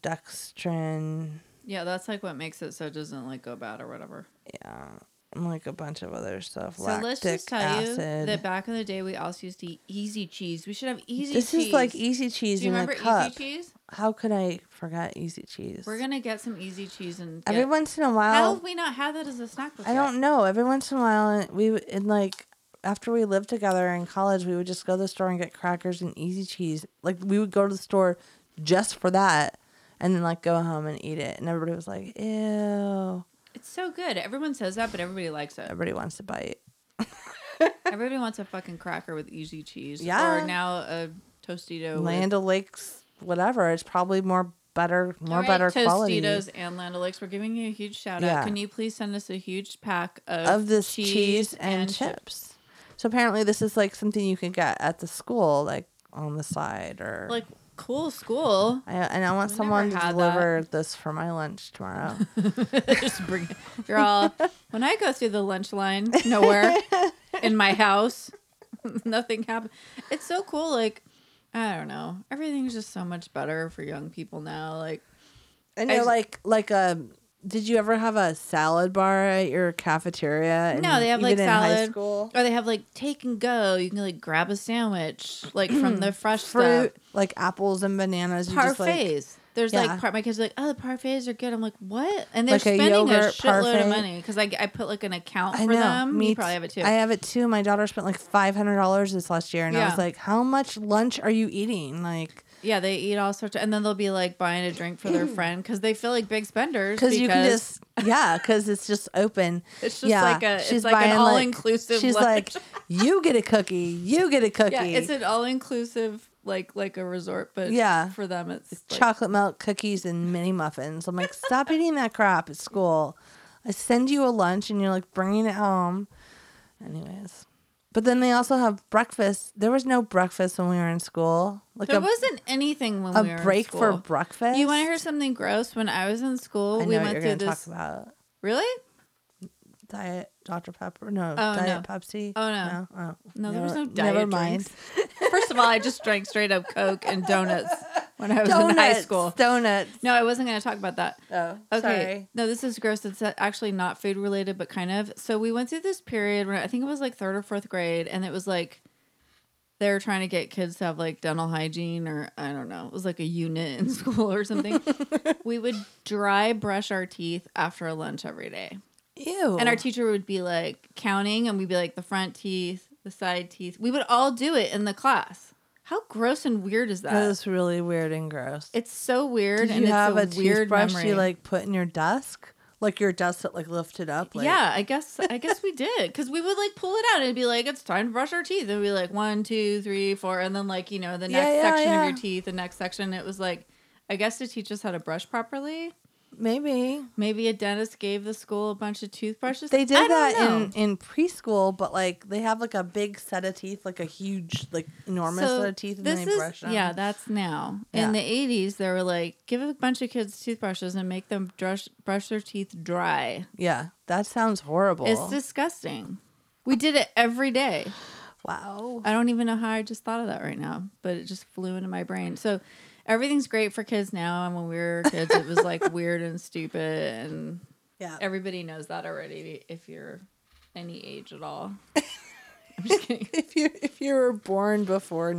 Maltodextrin. Yeah, that's like what makes it so it doesn't like go bad or whatever. Yeah, and like a bunch of other stuff. So Lactic let's just tell acid. you that back in the day we also used to eat easy cheese. We should have easy this cheese. is like easy cheese Do you in remember a cup. easy cheese? How could I forget easy cheese? We're gonna get some easy cheese and get, Every once in a How while, have we not had that as a snack before? I don't know. Every once in a while, we would- and like after we lived together in college, we would just go to the store and get crackers and easy cheese. Like we would go to the store just for that, and then like go home and eat it. And everybody was like, ew. It's so good. Everyone says that, but everybody likes it. Everybody wants to bite. Everybody wants a fucking cracker with easy cheese. Yeah. Or now a tostito. with- Land O'Lakes, whatever. It's probably more better, more All right, better Tostitos quality. and Land O'Lakes. We're giving you a huge shout out. Yeah. Can you please send us a huge pack of, of this cheese, and, chip- chips. So apparently, this is like something you could get at the school, like on the side, or Like cool school. I, and I want I've someone to never had deliver this for my lunch tomorrow. Just bring it. Girl, when I go through the lunch line, nowhere in my house, nothing happened. It's so cool. Like, I don't know. Everything's just so much better for young people now. Like, and I you're just- like, like a. Did you ever have a salad bar at your cafeteria? No, they have like even salad. in high school. Or they have like take and go. You can like grab a sandwich like from the fresh Fruit, like apples and bananas. You stuff. just like, Parfaits. There's Yeah. like part my kids are like, oh, the parfaits are good. I'm like, what? And they're Like a spending a, yogurt shitload parfait. of money because I, I put like an account I for know. them. Me you probably t- have it too. I have it too. My daughter spent like five hundred dollars this last year, and I was Yeah. like, "How much lunch are you eating?" Like, yeah, they eat all sorts of, and then they'll be like buying a drink for their friend because they feel like big spenders. because Mm. you can just yeah because it's just open It's just yeah. like a- it's like an all-inclusive she's lunch. like you get a cookie you get a cookie yeah, it's an all inclusive like like a resort, but Yeah. for them it's like, chocolate milk cookies and mini muffins i'm like stop eating that crap at school i send you a lunch and you're like bringing it home anyways but then they also have breakfast there was no breakfast when we were in school like There a, wasn't anything when a we were in break for school. breakfast You want to hear something gross? When I was in school, I know we what went you're through going to this. talk about Really? diet Dr Pepper no Oh, diet no. Pepsi Oh, no. no, oh. No, there was Never- no diet never mind drinks. First of all, I just drank straight up Coke and donuts when I was in high school. Donuts. No, I wasn't going to talk about that. Oh, Okay. sorry. No, this is gross. It's actually not food related, but kind of. So we went through this period when I think it was like third or fourth grade, and it was like they were trying to get kids to have like dental hygiene or I don't know. It was like a unit in school or something. we would dry brush our teeth after lunch every day. Ew. And our teacher would be like counting, and we'd be like the front teeth, the side teeth. We would all do it in the class. How gross and weird is that? that is really weird and gross. it's so weird, Did and you it's have a, a, weird toothbrush memory. you like put in your desk, like your desk that like lifted up. Like, yeah, I guess I guess we did because we would like pull it out and it'd be like it's time to brush our teeth. It'd be like one, two, three, four, and then like you know the Yeah, next yeah, section yeah. of your teeth, the next section. It was like I guess to teach us how to brush properly. maybe Maybe a dentist gave the school a bunch of toothbrushes. they I did don't that know. in in preschool, but like they have like a big set of teeth, like a huge, like enormous set of teeth, and then they brush them. Yeah, that's now. Yeah. In the 80s, they were like, give a bunch of kids toothbrushes and make them brush, brush their teeth dry. yeah, that sounds horrible. It's disgusting. We did it every day. wow. I don't even know how I just thought of that right now, but it just flew into my brain. So everything's great for kids now. And when we were kids, it was like weird and stupid. And Yeah, everybody knows that already if you're any age at all. I'm just kidding. if you if you were born before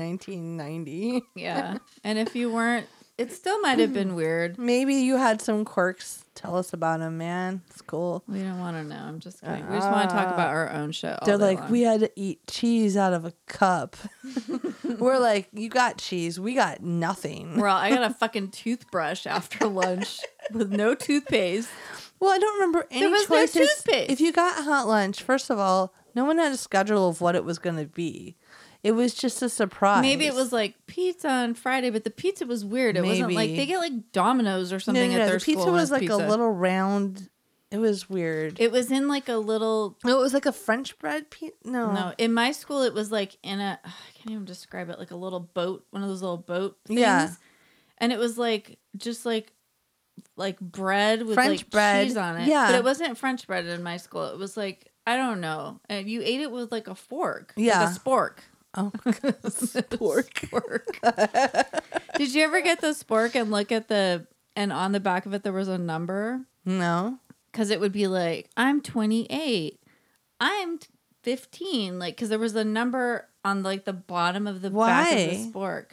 1990, Yeah. And if you weren't, it still might have been weird. maybe you had some quirks. Tell us about them, man. It's cool. We don't want to know. I'm just kidding. We just want to talk about our own shit. All They're day like, long. we had to eat cheese out of a cup. We're like, you got cheese. We got nothing. We're all, I got a fucking toothbrush after lunch with no toothpaste. Well, I don't remember any was no choices. toothpaste. If you got hot lunch, first of all, no one had a schedule of what it was going to be. It was just a surprise. Maybe it was like pizza on Friday, but the pizza was weird. It wasn't like Maybe. they get like Domino's or no, something no, no. at their the pizza school when was it's like pizza. a little round. It was weird. It was in like a little. No, it was like a French bread pizza. No, No, in my school it was like in a. I can't even describe it. Like a little boat, one of those little boat things. Yeah. And it was like just like like bread with French like bread. cheese on it. Yeah. But it wasn't French bread in my school. It was like I don't know. And you ate it with like a fork. like Yeah. a spork. Oh, pork. spork. Did you ever get the spork and look at the and on the back of it there was a number? No. Cause it would be like, I'm twenty eight. I'm t- fifteen. Like cause there was a number on like the bottom of the back of Why? the spork.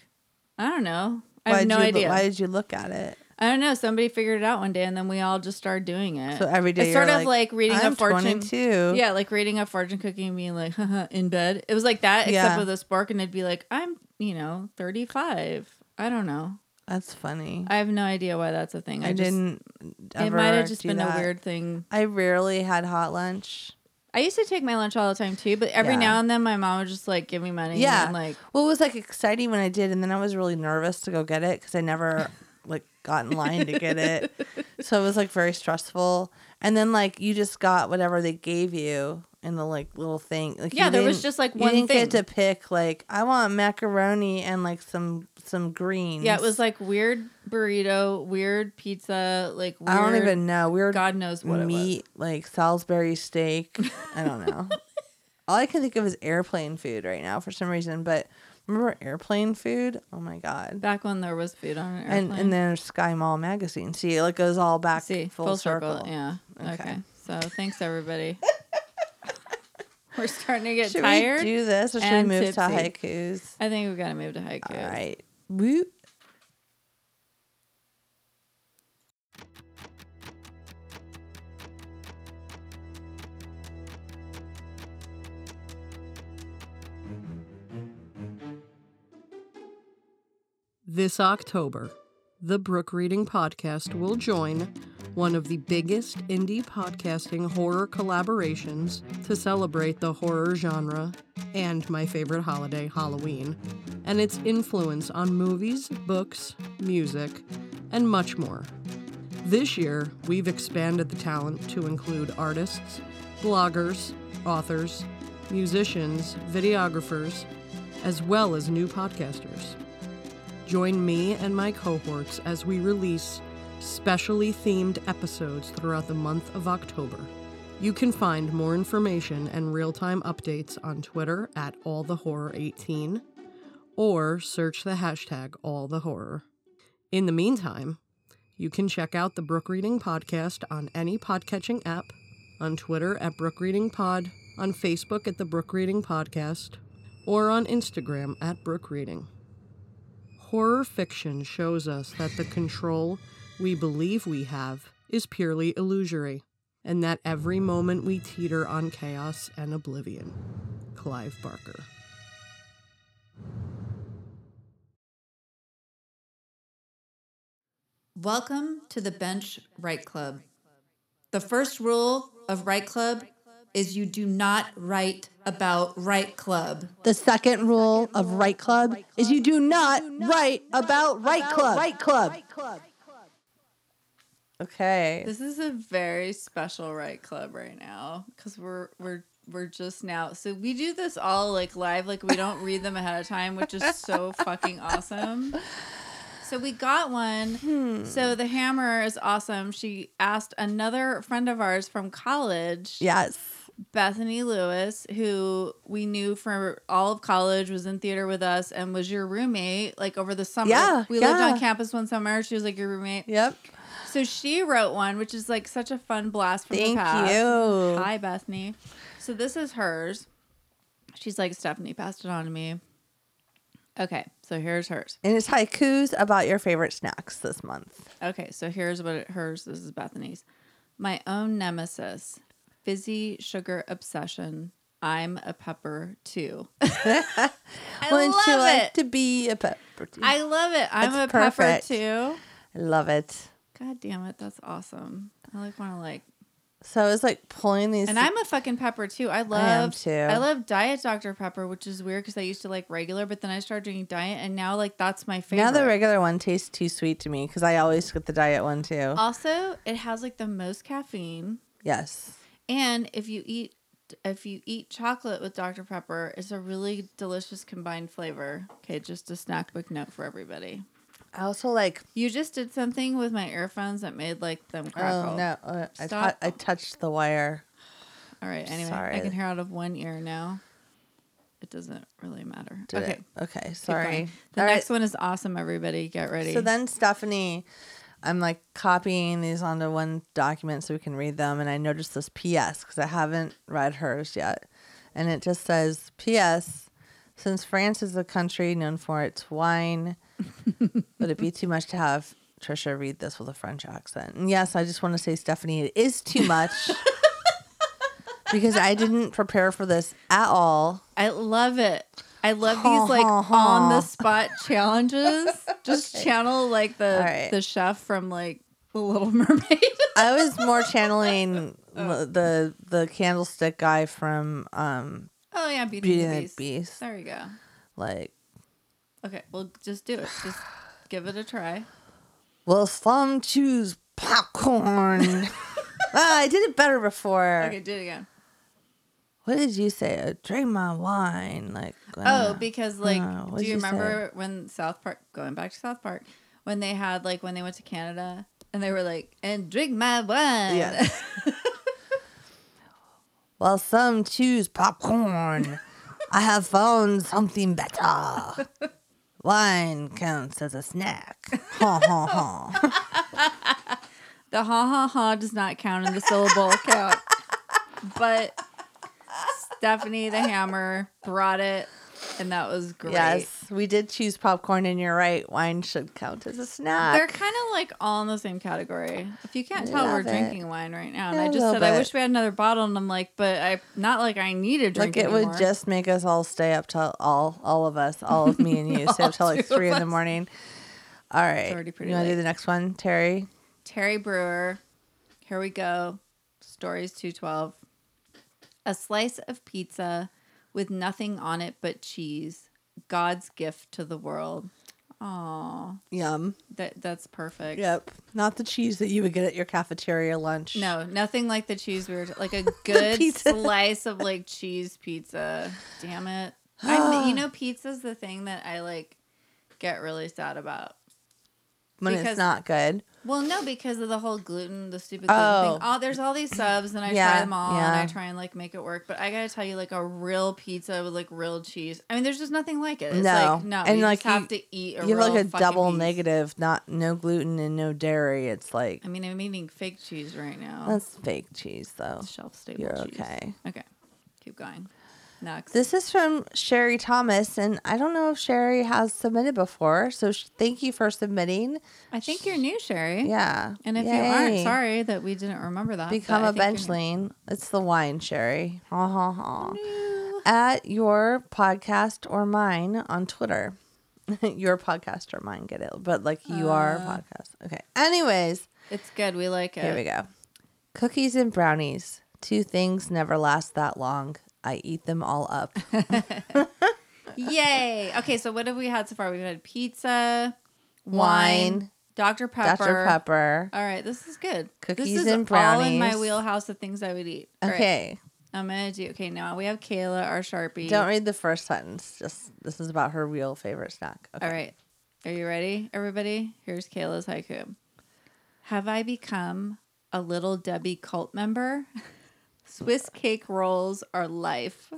I don't know. I Why'd have no you, idea. Why did you look at it? I don't know. Somebody figured it out one day, and then we all just started doing it. So every day it's you're sort like, of like reading I'm a fortune. 22. Yeah, like reading a fortune cookie and being like, Haha, in bed. It was like that, Yeah. except with a spark, and it'd be like, I'm, you know, 35. I don't know. That's funny. I have no idea why that's a thing. I, I, just, didn't. It ever might have just do been that. a weird thing. I rarely had hot lunch. I used to take my lunch all the time too, but every Yeah. now and then my mom would just like give me money. Yeah. And like Well, it was like exciting when I did, and then I was really nervous to go get it because I never like got in line to get it. So it was like very stressful. And then like you just got whatever they gave you in the like little thing. Like Yeah, you there was didn't- just, like, you one didn't get thing. to pick. Like I want macaroni and like some some greens. yeah, it was like weird burrito, weird pizza, like weird, I don't even know. We were God knows what it was. meat like Salisbury steak. I don't know. All I can think of is airplane food right now for some reason. But remember airplane food? Oh my god! Back when there was food on an airplane. And and then there's Sky Mall magazine. See, it like goes all back see full, circle. Yeah. Okay. Okay. So thanks everybody. We're starting to get Should tired. we do this or should we and move to tipsy. haikus? I think we've got to move to haiku. All right. Woo. This October, the Brook Reading Podcast will join one of the biggest indie podcasting horror collaborations to celebrate the horror genre and my favorite holiday, Halloween, and its influence on movies, books, music, and much more. This year, we've expanded the talent to include artists, bloggers, authors, musicians, videographers, as well as new podcasters. Join me and my cohorts as we release specially themed episodes throughout the month of October. You can find more information and real time updates on Twitter at AllTheHorror18 or search the hashtag AllTheHorror. In the meantime, you can check out the Brook Reading Podcast on any podcatching app, on Twitter at Brook Reading Pod, on Facebook at the Brook Reading Podcast, or on Instagram at Brook Reading. Horror fiction shows us that the control we believe we have is purely illusory, and that every moment we teeter on chaos and oblivion. Clive Barker. Welcome to the Bench Right Club. The first rule of Right Club is you do not write about Right Club. The second rule of Right Club is you do not write about Right Club. Right Club. Okay. This is a very special Right Club right now because we're we're we're just now. So we do this all like live, like we don't read them ahead of time, which is so fucking awesome. So we got one. Hmm. So the hammer is awesome. She asked another friend of ours from college. Yes. Bethany Lewis, who we knew for all of college, was in theater with us and was your roommate like over the summer. Yeah, we lived yeah. on campus one summer. She was like your roommate. Yep. So she wrote one, which is like such a fun blast from Thank the past. you. Hi, Bethany. So this is hers. She's like, Stephanie passed it on to me. Okay, so here's hers. And it's haikus about your favorite snacks this month. Okay, so here's what it, hers. This is Bethany's. My own nemesis, fizzy sugar obsession. I'm a pepper too. I Wouldn't you love like it. to be a pepper? tea? I love it. I'm That's a perfect. pepper too. I love it. God damn it, that's awesome. I like want to like, So it's like pulling these. and I'm a fucking pepper too. I love am too. I love diet Dr Pepper, which is weird because I used to like regular, but then I started doing diet, and now like that's my favorite. now the regular one tastes too sweet to me because I always get the diet one too. also, it has like the most caffeine. Yes. And if you eat if you eat chocolate with Dr. Pepper, it's a really delicious combined flavor. Okay, just a snack book note for everybody. I also like. You just did something with my earphones that made like them crackle. Oh no! Uh, I, Stop. tou- I touched the wire. All right, anyway, I Sorry. can hear out of one ear now. It doesn't really matter. Did okay. it. Okay. keep going. Sorry. The All right. next one is awesome, everybody. Get ready. So then Stephanie, I'm like copying these onto one document so we can read them. And I noticed this PS because I haven't read hers yet. And it just says PS, since France is a country known for its wine, would it be too much to have Trisha read this with a French accent? And yes, I just want to say, Stephanie, it is too much. Because I didn't prepare for this at all. I love it. I love these like ha, ha. on the spot challenges. Just channel like the All right. the chef from like The Little Mermaid. I was more channeling l- the the candlestick guy from um oh yeah, Beauty, Beauty and the Beast. Beast. There we go. Like, Okay, well just do it. Just give it a try. well, some choose popcorn. Ah, I did it better before. Okay, do it again. What did you say? Uh, drink my wine. Like, Oh, uh, because like, uh, do what'd you you say? remember when South Park? Going back to South Park, when they had like when they went to Canada and they were like, "And drink my wine." Yeah. While some choose popcorn, I have found something better. Wine counts as a snack. Ha ha ha. the ha ha ha does not count in the syllable count, but Stephanie the Hammer brought it, and that was great. Yes, we did choose popcorn, and you're right. Wine should count as a They're snack. kind of like all in the same category. If you can't tell, we're Love it. drinking wine right now. And I Yeah, a just little said I bit. wish we had another bottle, and I'm like, but I not like I need a drink. Like it anymore. would just make us all stay up till all all of us, all of me and you, stay up till like two of three in the us. morning. All right, already pretty you want to late. do the next one, Terry? Terry Brewer. Here we go. Stories 212. A slice of pizza with nothing on it but cheese. God's gift to the world. Aw, Yum. that that's perfect. Yep. Not the cheese that you would get at your cafeteria lunch. No, nothing like the cheese we were like a good pizza. slice of like cheese pizza. Damn it. I'm, you know, pizza's the thing that I like get really sad about. when because- it's not good. Well, no, because of the whole gluten, the stupid gluten Oh. thing. All, there's all these subs, and I try Yeah, them all, yeah. and I try and like make it work. But I gotta tell you, like a real pizza with like real cheese. I mean, there's just nothing like it. It's No. like, no, And, you like, just have you- to eat. A you have like real a fucking double piece. negative, not no gluten and no dairy. It's like I mean, I'm eating fake cheese right now. that's fake cheese though. shelf stable. You're cheese. okay. Okay, keep going. Next. This is from Sherry Thomas, and I don't know if Sherry has submitted before. So sh- thank you for submitting. I think you're new, Sherry. Yeah, And if you aren't, Yay. sorry that we didn't remember that. but become I a think you're bench new. lean. It's the wine, Sherry. Ha ha ha. At your podcast or mine on Twitter. your podcast or mine, get it? But like you are Uh. podcast. Okay. Anyways, It's good. We like it. Here we go. Cookies and brownies. Two things never last that long. I eat them all up. Yay. Okay, so what have we had so far? We've had pizza, wine, Wine. Dr. Pepper. Dr. Pepper. All right, this is good. Cookies this is and All in my brownies. wheelhouse of things I would eat. All right, Okay. I'm gonna do. Okay, now we have Kayla, our Sharpie. Don't read the first sentence. Just this is about her real favorite snack. Okay. All right, are you ready, everybody? Here's Kayla's haiku. Have I become a little Debbie cult member? Swiss cake rolls are life.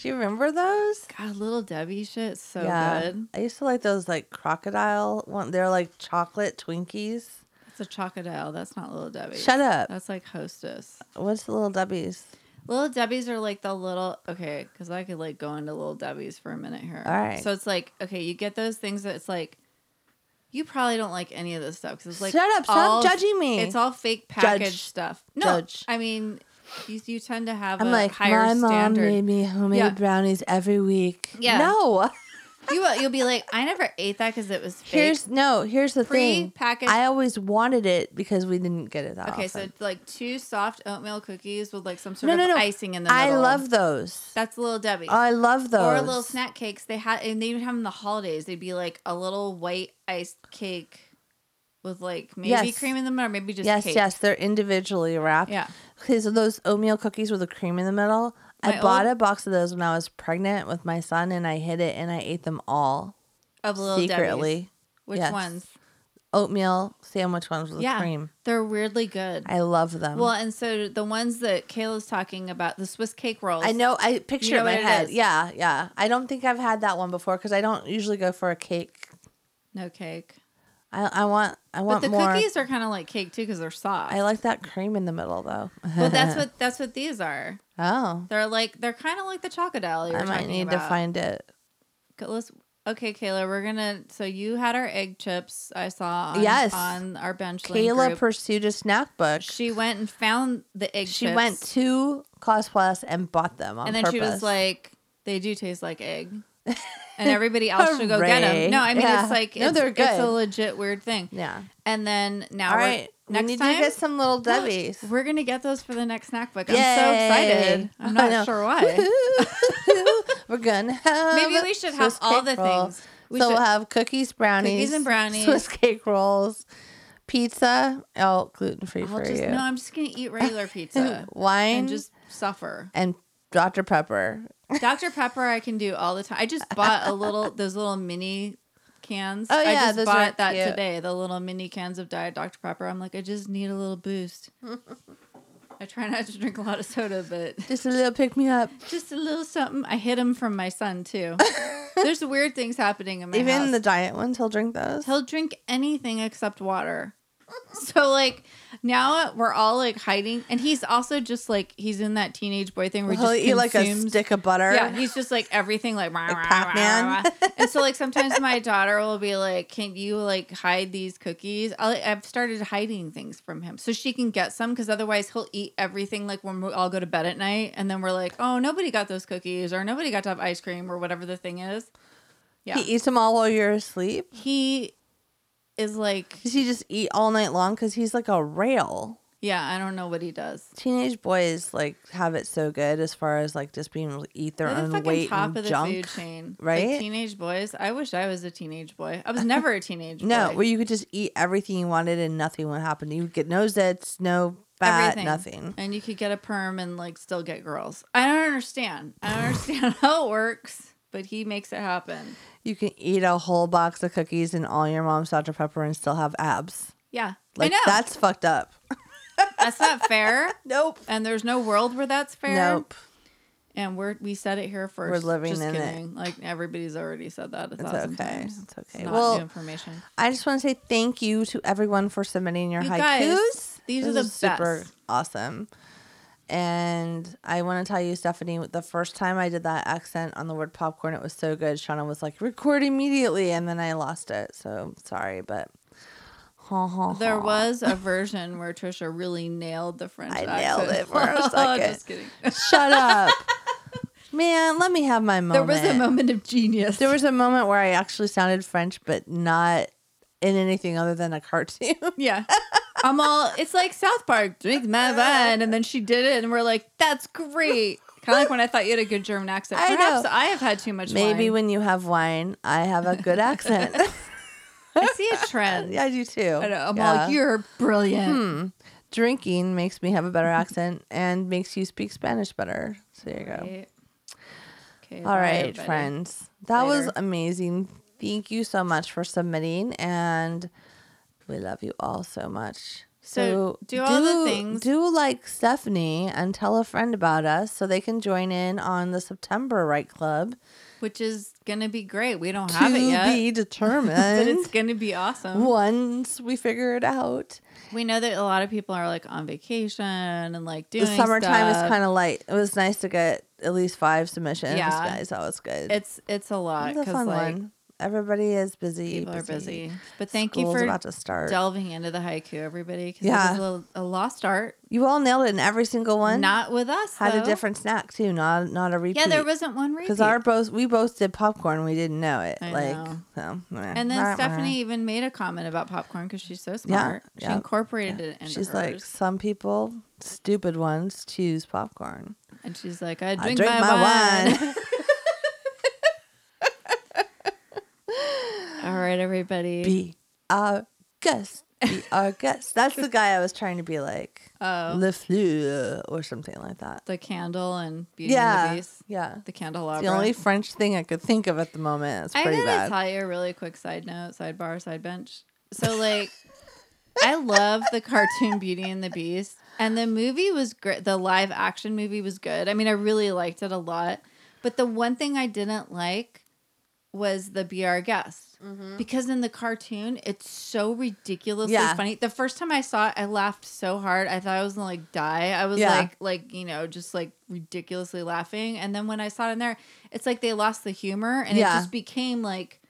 Do you remember those? God, little Debbie shit, is so good. I used to like those like crocodile one. They're like chocolate Twinkies. It's a chocodile. That's not little Debbie. Shut up. That's like hostess. What's the little Debbie's? Little Debbie's are like the little okay, because I could like go into Little Debbie's for a minute here. All right. So it's like okay, you get those things that it's like you probably don't like any of this stuff because it's like Shut up, stop judging me. It's all fake packaged Judge. stuff. No, Judge. I mean you, you tend to have I'm a like higher my mom standard. made me homemade Yeah. brownies every week. Yeah. No. You will, you'll be like I never ate that because it was fake. Here's no. Here's the thing. Pre-packaged- I always wanted it because we didn't get it that okay, often. so like two soft oatmeal cookies with like some sort no, of no, no. icing in the I middle. love those. that's Little Debbie. I love those. or little snack cakes. They had and they would have them the holidays. They'd be like a little white iced cake with like maybe Yes. cream in the middle, or maybe just Yes, cake. yes, they're individually wrapped. Yeah. Okay, so those oatmeal cookies with the cream in the middle. My I bought old- a box of those when I was pregnant with my son, and I hid it, and I ate them all of little secretly. Debbie's. Which Yes. ones? Oatmeal sandwich ones with yeah, cream. they're weirdly good. I love them. well, and so the ones that Kayla's talking about, the Swiss cake rolls. I know. I picture know it in my what it head. is. Yeah, yeah. I don't think I've had that one before because I don't usually go for a cake. no cake, I, I want. I but want the more. cookies are kind of like cake too because they're soft. I like that cream in the middle though. but that's what that's what these are. oh, They're like they're kind of like the chocodile. you were I might talking need to about. find it. Okay, Let's, okay, Kayla, we're gonna. So you had our egg chips. I saw on, Yes. on our bench. Kayla Kayla, pursued a snack book. she went and found the egg. She chips, went to Cause Plus and bought them on and then she was purpose. like, They do taste like egg. And everybody else should go get Hooray. them. No, I mean Yeah. it's like No, it's, they're it's a good. legit weird thing. Yeah. And then now All we're, right. next we need time to get some little Debbie's. we're gonna get those for the next snack book. Yay. I'm so excited. I'm I not know. sure why. we're gonna have Maybe we should have Swiss all cake the roll. things. We so we'll should- have cookies, brownies, and brownies. Swiss cake rolls, pizza, all gluten free I'll for just, you. no, I'm just gonna eat regular pizza Wine and just suffer. and Dr Pepper. Dr. Pepper, I can do all the time. I just bought a little those little mini cans. Oh, I yeah, just those are bought that cute. today. The little mini cans of Diet Dr. Pepper. I'm like, I just need a little boost. I try not to drink a lot of soda, but Just a little pick me up. just a little something. I hid them from my son too. There's weird things happening in my Even house. the diet ones, he'll drink those. He'll drink anything except water. So like now we're all like hiding, and he's also just like he's in that teenage boy thing where he He'll just eat like a consumes- stick of butter. Yeah, he's just like everything like, rah, rah, Pac-Man. rah, rah. and so like sometimes my daughter will be like, "Can you like hide these cookies?" I'll, I've started hiding things from him so she can get some because otherwise he'll eat everything. Like when we all go to bed at night, and then we're like, "Oh, nobody got those cookies, or nobody got to have ice cream, or whatever the thing is." Yeah, He eats them all while you're asleep. he is like Does he just eat all night long? Because he's like a rail. Yeah, I don't know what he does. Teenage boys like have it so good as far as like just being able to eat their They're the own fucking weight top and of the junk. food chain, Like, right? teenage boys. I wish I was a teenage boy. I was never a teenage. No, boy. where you could just eat everything you wanted and nothing would happen. You would get no zits, no fat, nothing. and you could get a perm and like still get girls. I don't understand. I don't understand how it works, but he makes it happen. You can eat a whole box of cookies and all your mom's Dr Pepper and still have abs. Yeah, Like I know that's fucked up. that's not fair. Nope. And there's no world where that's fair. Nope. And we're we said it here first. living Just in it. kidding. Like everybody's already said that a It's thousand okay. times. It's okay. It's not well, new information. I just want to say thank you to everyone for submitting your You haikus. guys, these are the super best. awesome. And I want to tell you, Stephanie, the first time I did that accent on the word popcorn, it was so good. Shauna was like, "Record immediately," and then I lost it. So sorry, but ha ha. There ha. was a version where Trisha really nailed the French I accent. nailed it for a second. Just kidding. Shut up, man. Let me have There my moment. was a moment of genius. There was a moment where I actually sounded French, but not in anything other than a cartoon. yeah. I'm all, it's like South Park, drink my wine. And then she did it, and we're like, that's great. Kind of like when I thought you had a good German accent. I know. Perhaps I have had too much Maybe wine. when you have wine, I have a good accent. I see a trend. Yeah, I do too. I know. I'm Yeah. Hmm. all, you're brilliant. um, Drinking makes me have a better accent and makes you speak Spanish better. So there you go. Right. Okay, All right, friends. friends. That was Later. amazing. Thank you so much for submitting, and we love you all so much. So do all the things. Do like Stephanie and tell a friend about us so they can join in on the September Right Club. Which is going to be great. We don't have it to yet. be determined. but it's going to be awesome. once we figure it out. We know that a lot of people are like on vacation and like doing the summertime stuff. is kind of light. It was nice to get at least five submissions, Yeah. guys. That was good. it's it's a lot It was a because fun like one. Everybody is busy. people are busy. But thank School's you about for to start. delving into the haiku, everybody. Because Yeah. it was a, a lost art. you all nailed it in every single one. Not with us. had though. a different snack too. Not not a repeat. Yeah, there wasn't one repeat. because our both we both did popcorn. We didn't know it. I like know. so. meh. and then Meh, meh. Stephanie even made a comment about popcorn because she's so smart. yeah. She incorporated it into She's like, hers. some people, stupid ones, choose popcorn. and she's like, I I drink, my, wine. wine. All right, everybody. be our guest. Be our guest. That's the guy I was trying to be like. Oh. Le Fleur or something like that. the candle and Beauty and yeah. the Beast. Yeah. The It's candelabra. the only French thing I could think of at the moment. It's I pretty gotta bad. tell you a really quick side note, sidebar, side bench. So like, I love the cartoon Beauty and the Beast, and the movie was great. The live action movie was good. I mean, I really liked it a lot. But the one thing I didn't like was the be our guest because in the cartoon it's so ridiculously Mm-hmm. Yeah. funny. The first time I saw it, I laughed so hard I thought I was gonna like die. I was Yeah. like like you know just like ridiculously laughing. And then when I saw it in there, it's like they lost the humor and Yeah. it just became like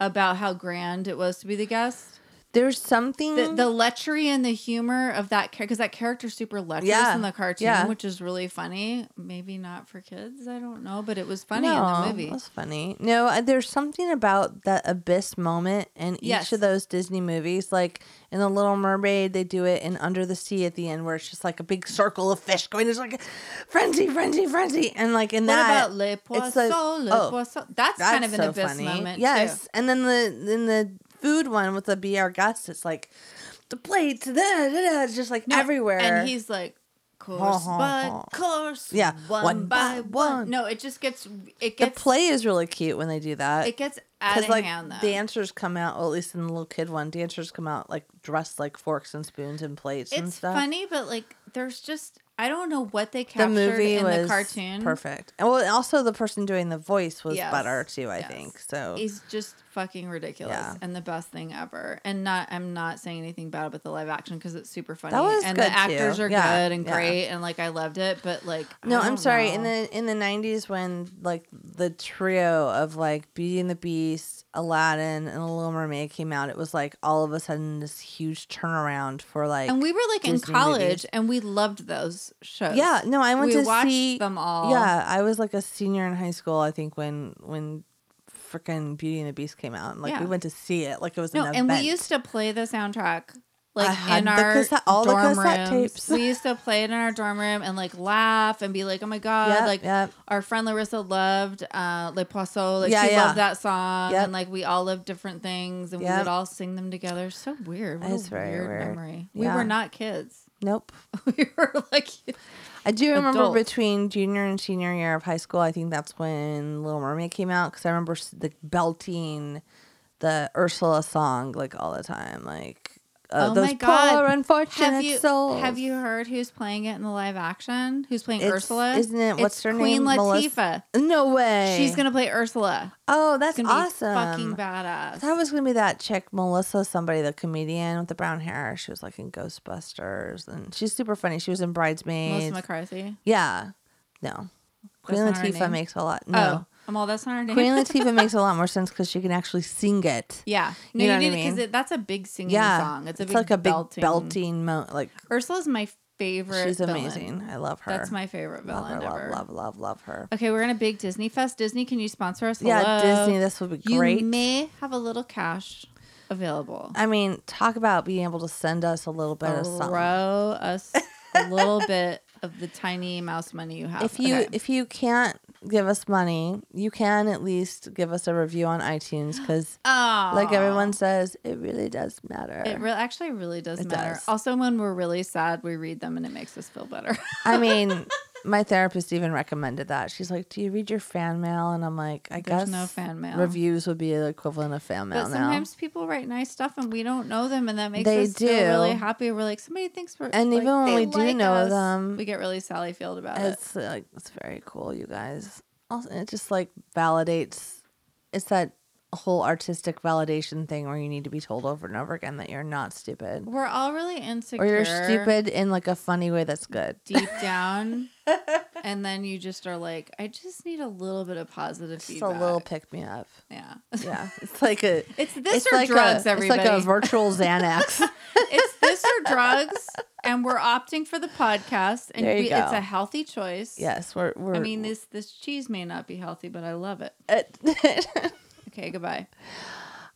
about how grand it was to be the guest. There's something The, the lechery and the humor of that character, because that character's super lecherous Yeah. in the cartoon, Yeah. which is really funny. Maybe not for kids, I don't know, but it was funny in the movie. That's funny. No, I- there's something about that abyss moment in Yes. each of those Disney movies. Like in The Little Mermaid, they do it in Under the Sea at the end, where it's just like a big circle of fish going. It's like frenzy, frenzy, frenzy, and like in What that, about Le Poisson? like- Le oh, Poisson. That's, that's kind of an so abyss funny. moment. Yes, too. and then the in the food one with the BR guts, it's like the plates, da, da, da, it's just like No, everywhere. And he's like, course ha, by ha." course. Yeah, One, one by by one. one. No, it just gets, it the gets, play is really cute when they do that. it gets out Because of like hand though. dancers come out, well, at least in the little kid one, dancers come out like dressed like forks and spoons and plates and it's stuff. funny, but like, there's just, I don't know what they The captured movie in was the cartoon. perfect. And well, also the person doing the voice was Yes, better too. I yes. think so. is just fucking ridiculous Yeah. and the best thing ever. And not, I'm not saying anything bad about the live action because it's super funny. was and good, the actors too. are Yeah, good and yeah. great. And like, I loved it, but like, no, I I'm don't sorry. know. In the in the '90s, when like the trio of like Beauty and the Beast, Aladdin, and The Little Mermaid came out, it was like all of a sudden this huge turnaround for like. and we were like in Disney college movies. and we loved those shows. yeah, no, I went we to watched see them all. Yeah, I was like a senior in high school. I think when when freaking Beauty and the Beast came out, and like we Yeah. went to see it, like it was No, an and event. we used to play the soundtrack like I had in the our cassette- all the dorm cassette rooms. tapes. We used to play it in our dorm room and like laugh and be like, "Oh my god!" Yep, like yep. our friend Larissa loved uh, Le Poisson. Like Yeah, she yeah. loved that song, Yep. and like we all loved different things, and we Yep. would all sing them together. So weird. What It's a very weird, weird. memory. We Yeah. were not kids. Nope. we were like, I do remember Adult. between junior and senior year of high school. I think that's when Little Mermaid came out because I remember s- the belting the Ursula song like all the time, like. Uh, "Oh those my god, poor unfortunate have you, souls. Have you heard who's playing it in the live action? Who's playing It's- Ursula? Isn't it? What's It's her Queen name? Melissa- Latifah. No way. She's gonna play Ursula. Oh, that's It's gonna awesome. be fucking badass. That was gonna be that chick, Melissa, somebody, the comedian with the brown hair. She was like in Ghostbusters, and she's super funny. She was in Melissa Bridesmaids. McCarthy. yeah, no, Queen not her Latifah name? makes a lot. No, Oh, I'm all that's not her name. Queen Latifah makes a lot more sense because she can actually sing it. yeah, no, You you, know what I didn't mean? because that's a big singing Yeah, song. It's a big like a big belting. belting mo- Like Ursula's my favorite. she's villain. amazing. I love her. That's my favorite love villain her, ever. love, love, love, love her. Okay, we're in a big Disney fest. Disney, can you sponsor us? Yeah, Hello. Disney. This would be You great. may have a little cash available. I mean, talk about being able to send us a little bit of Oh, something. Throw us a little bit of the tiny mouse money you have. if you Okay. if you can't give us money, you can at least give us a review on iTunes because, Aw. like everyone says, it really does matter. It re- actually really does It matter. does. Also, when we're really sad, we read them and it makes us feel better. I mean, my therapist even recommended that. She's like, "Do you read your fan mail?" And I'm like, "I There's guess no fan mail. Reviews would be the equivalent of fan mail but now." sometimes people write nice stuff and we don't know them, and that makes They us feel really do. happy. We're like, somebody thinks we're And like, even when they we do like know us. them, we get really Sally field about it. It's like it's very cool, you guys. Also, it just like validates. It's that whole artistic validation thing where you need to be told over and over again that you're not stupid. We're all really insecure. Or you're stupid in like a funny way that's good. deep down, and then you just are like, I just need a little bit of positive Just a feedback. little pick me up. yeah. Yeah. It's like a It's this it's or like drugs, a, everybody. It's like a virtual Xanax. it's this or drugs, and we're opting for the podcast, and There we, you it's go. a healthy choice. yes, we're we're I mean, this this cheese may not be healthy, but I love it. Okay, goodbye.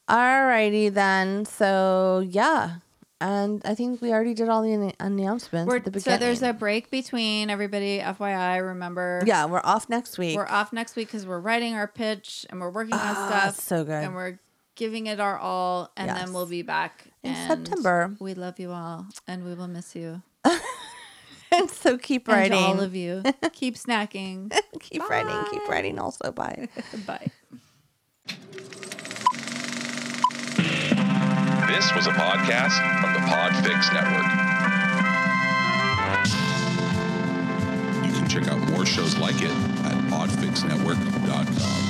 Alrighty then. So yeah. And I think we already did all the an- announcements We're, at the so beginning. there's a break between everybody. FYI, remember. yeah, we're off next week. We're off next week because we're writing our pitch and we're working on Ah, stuff. so good. And we're giving it our all, and Yes. then we'll be back In and September. We love you all, and we will miss you. and so keep And writing. to all of you, keep snacking. keep writing. Keep writing. Also, bye. Bye. This was a podcast from the Podfix Network. You can check out more shows like it at podfixnetwork.com.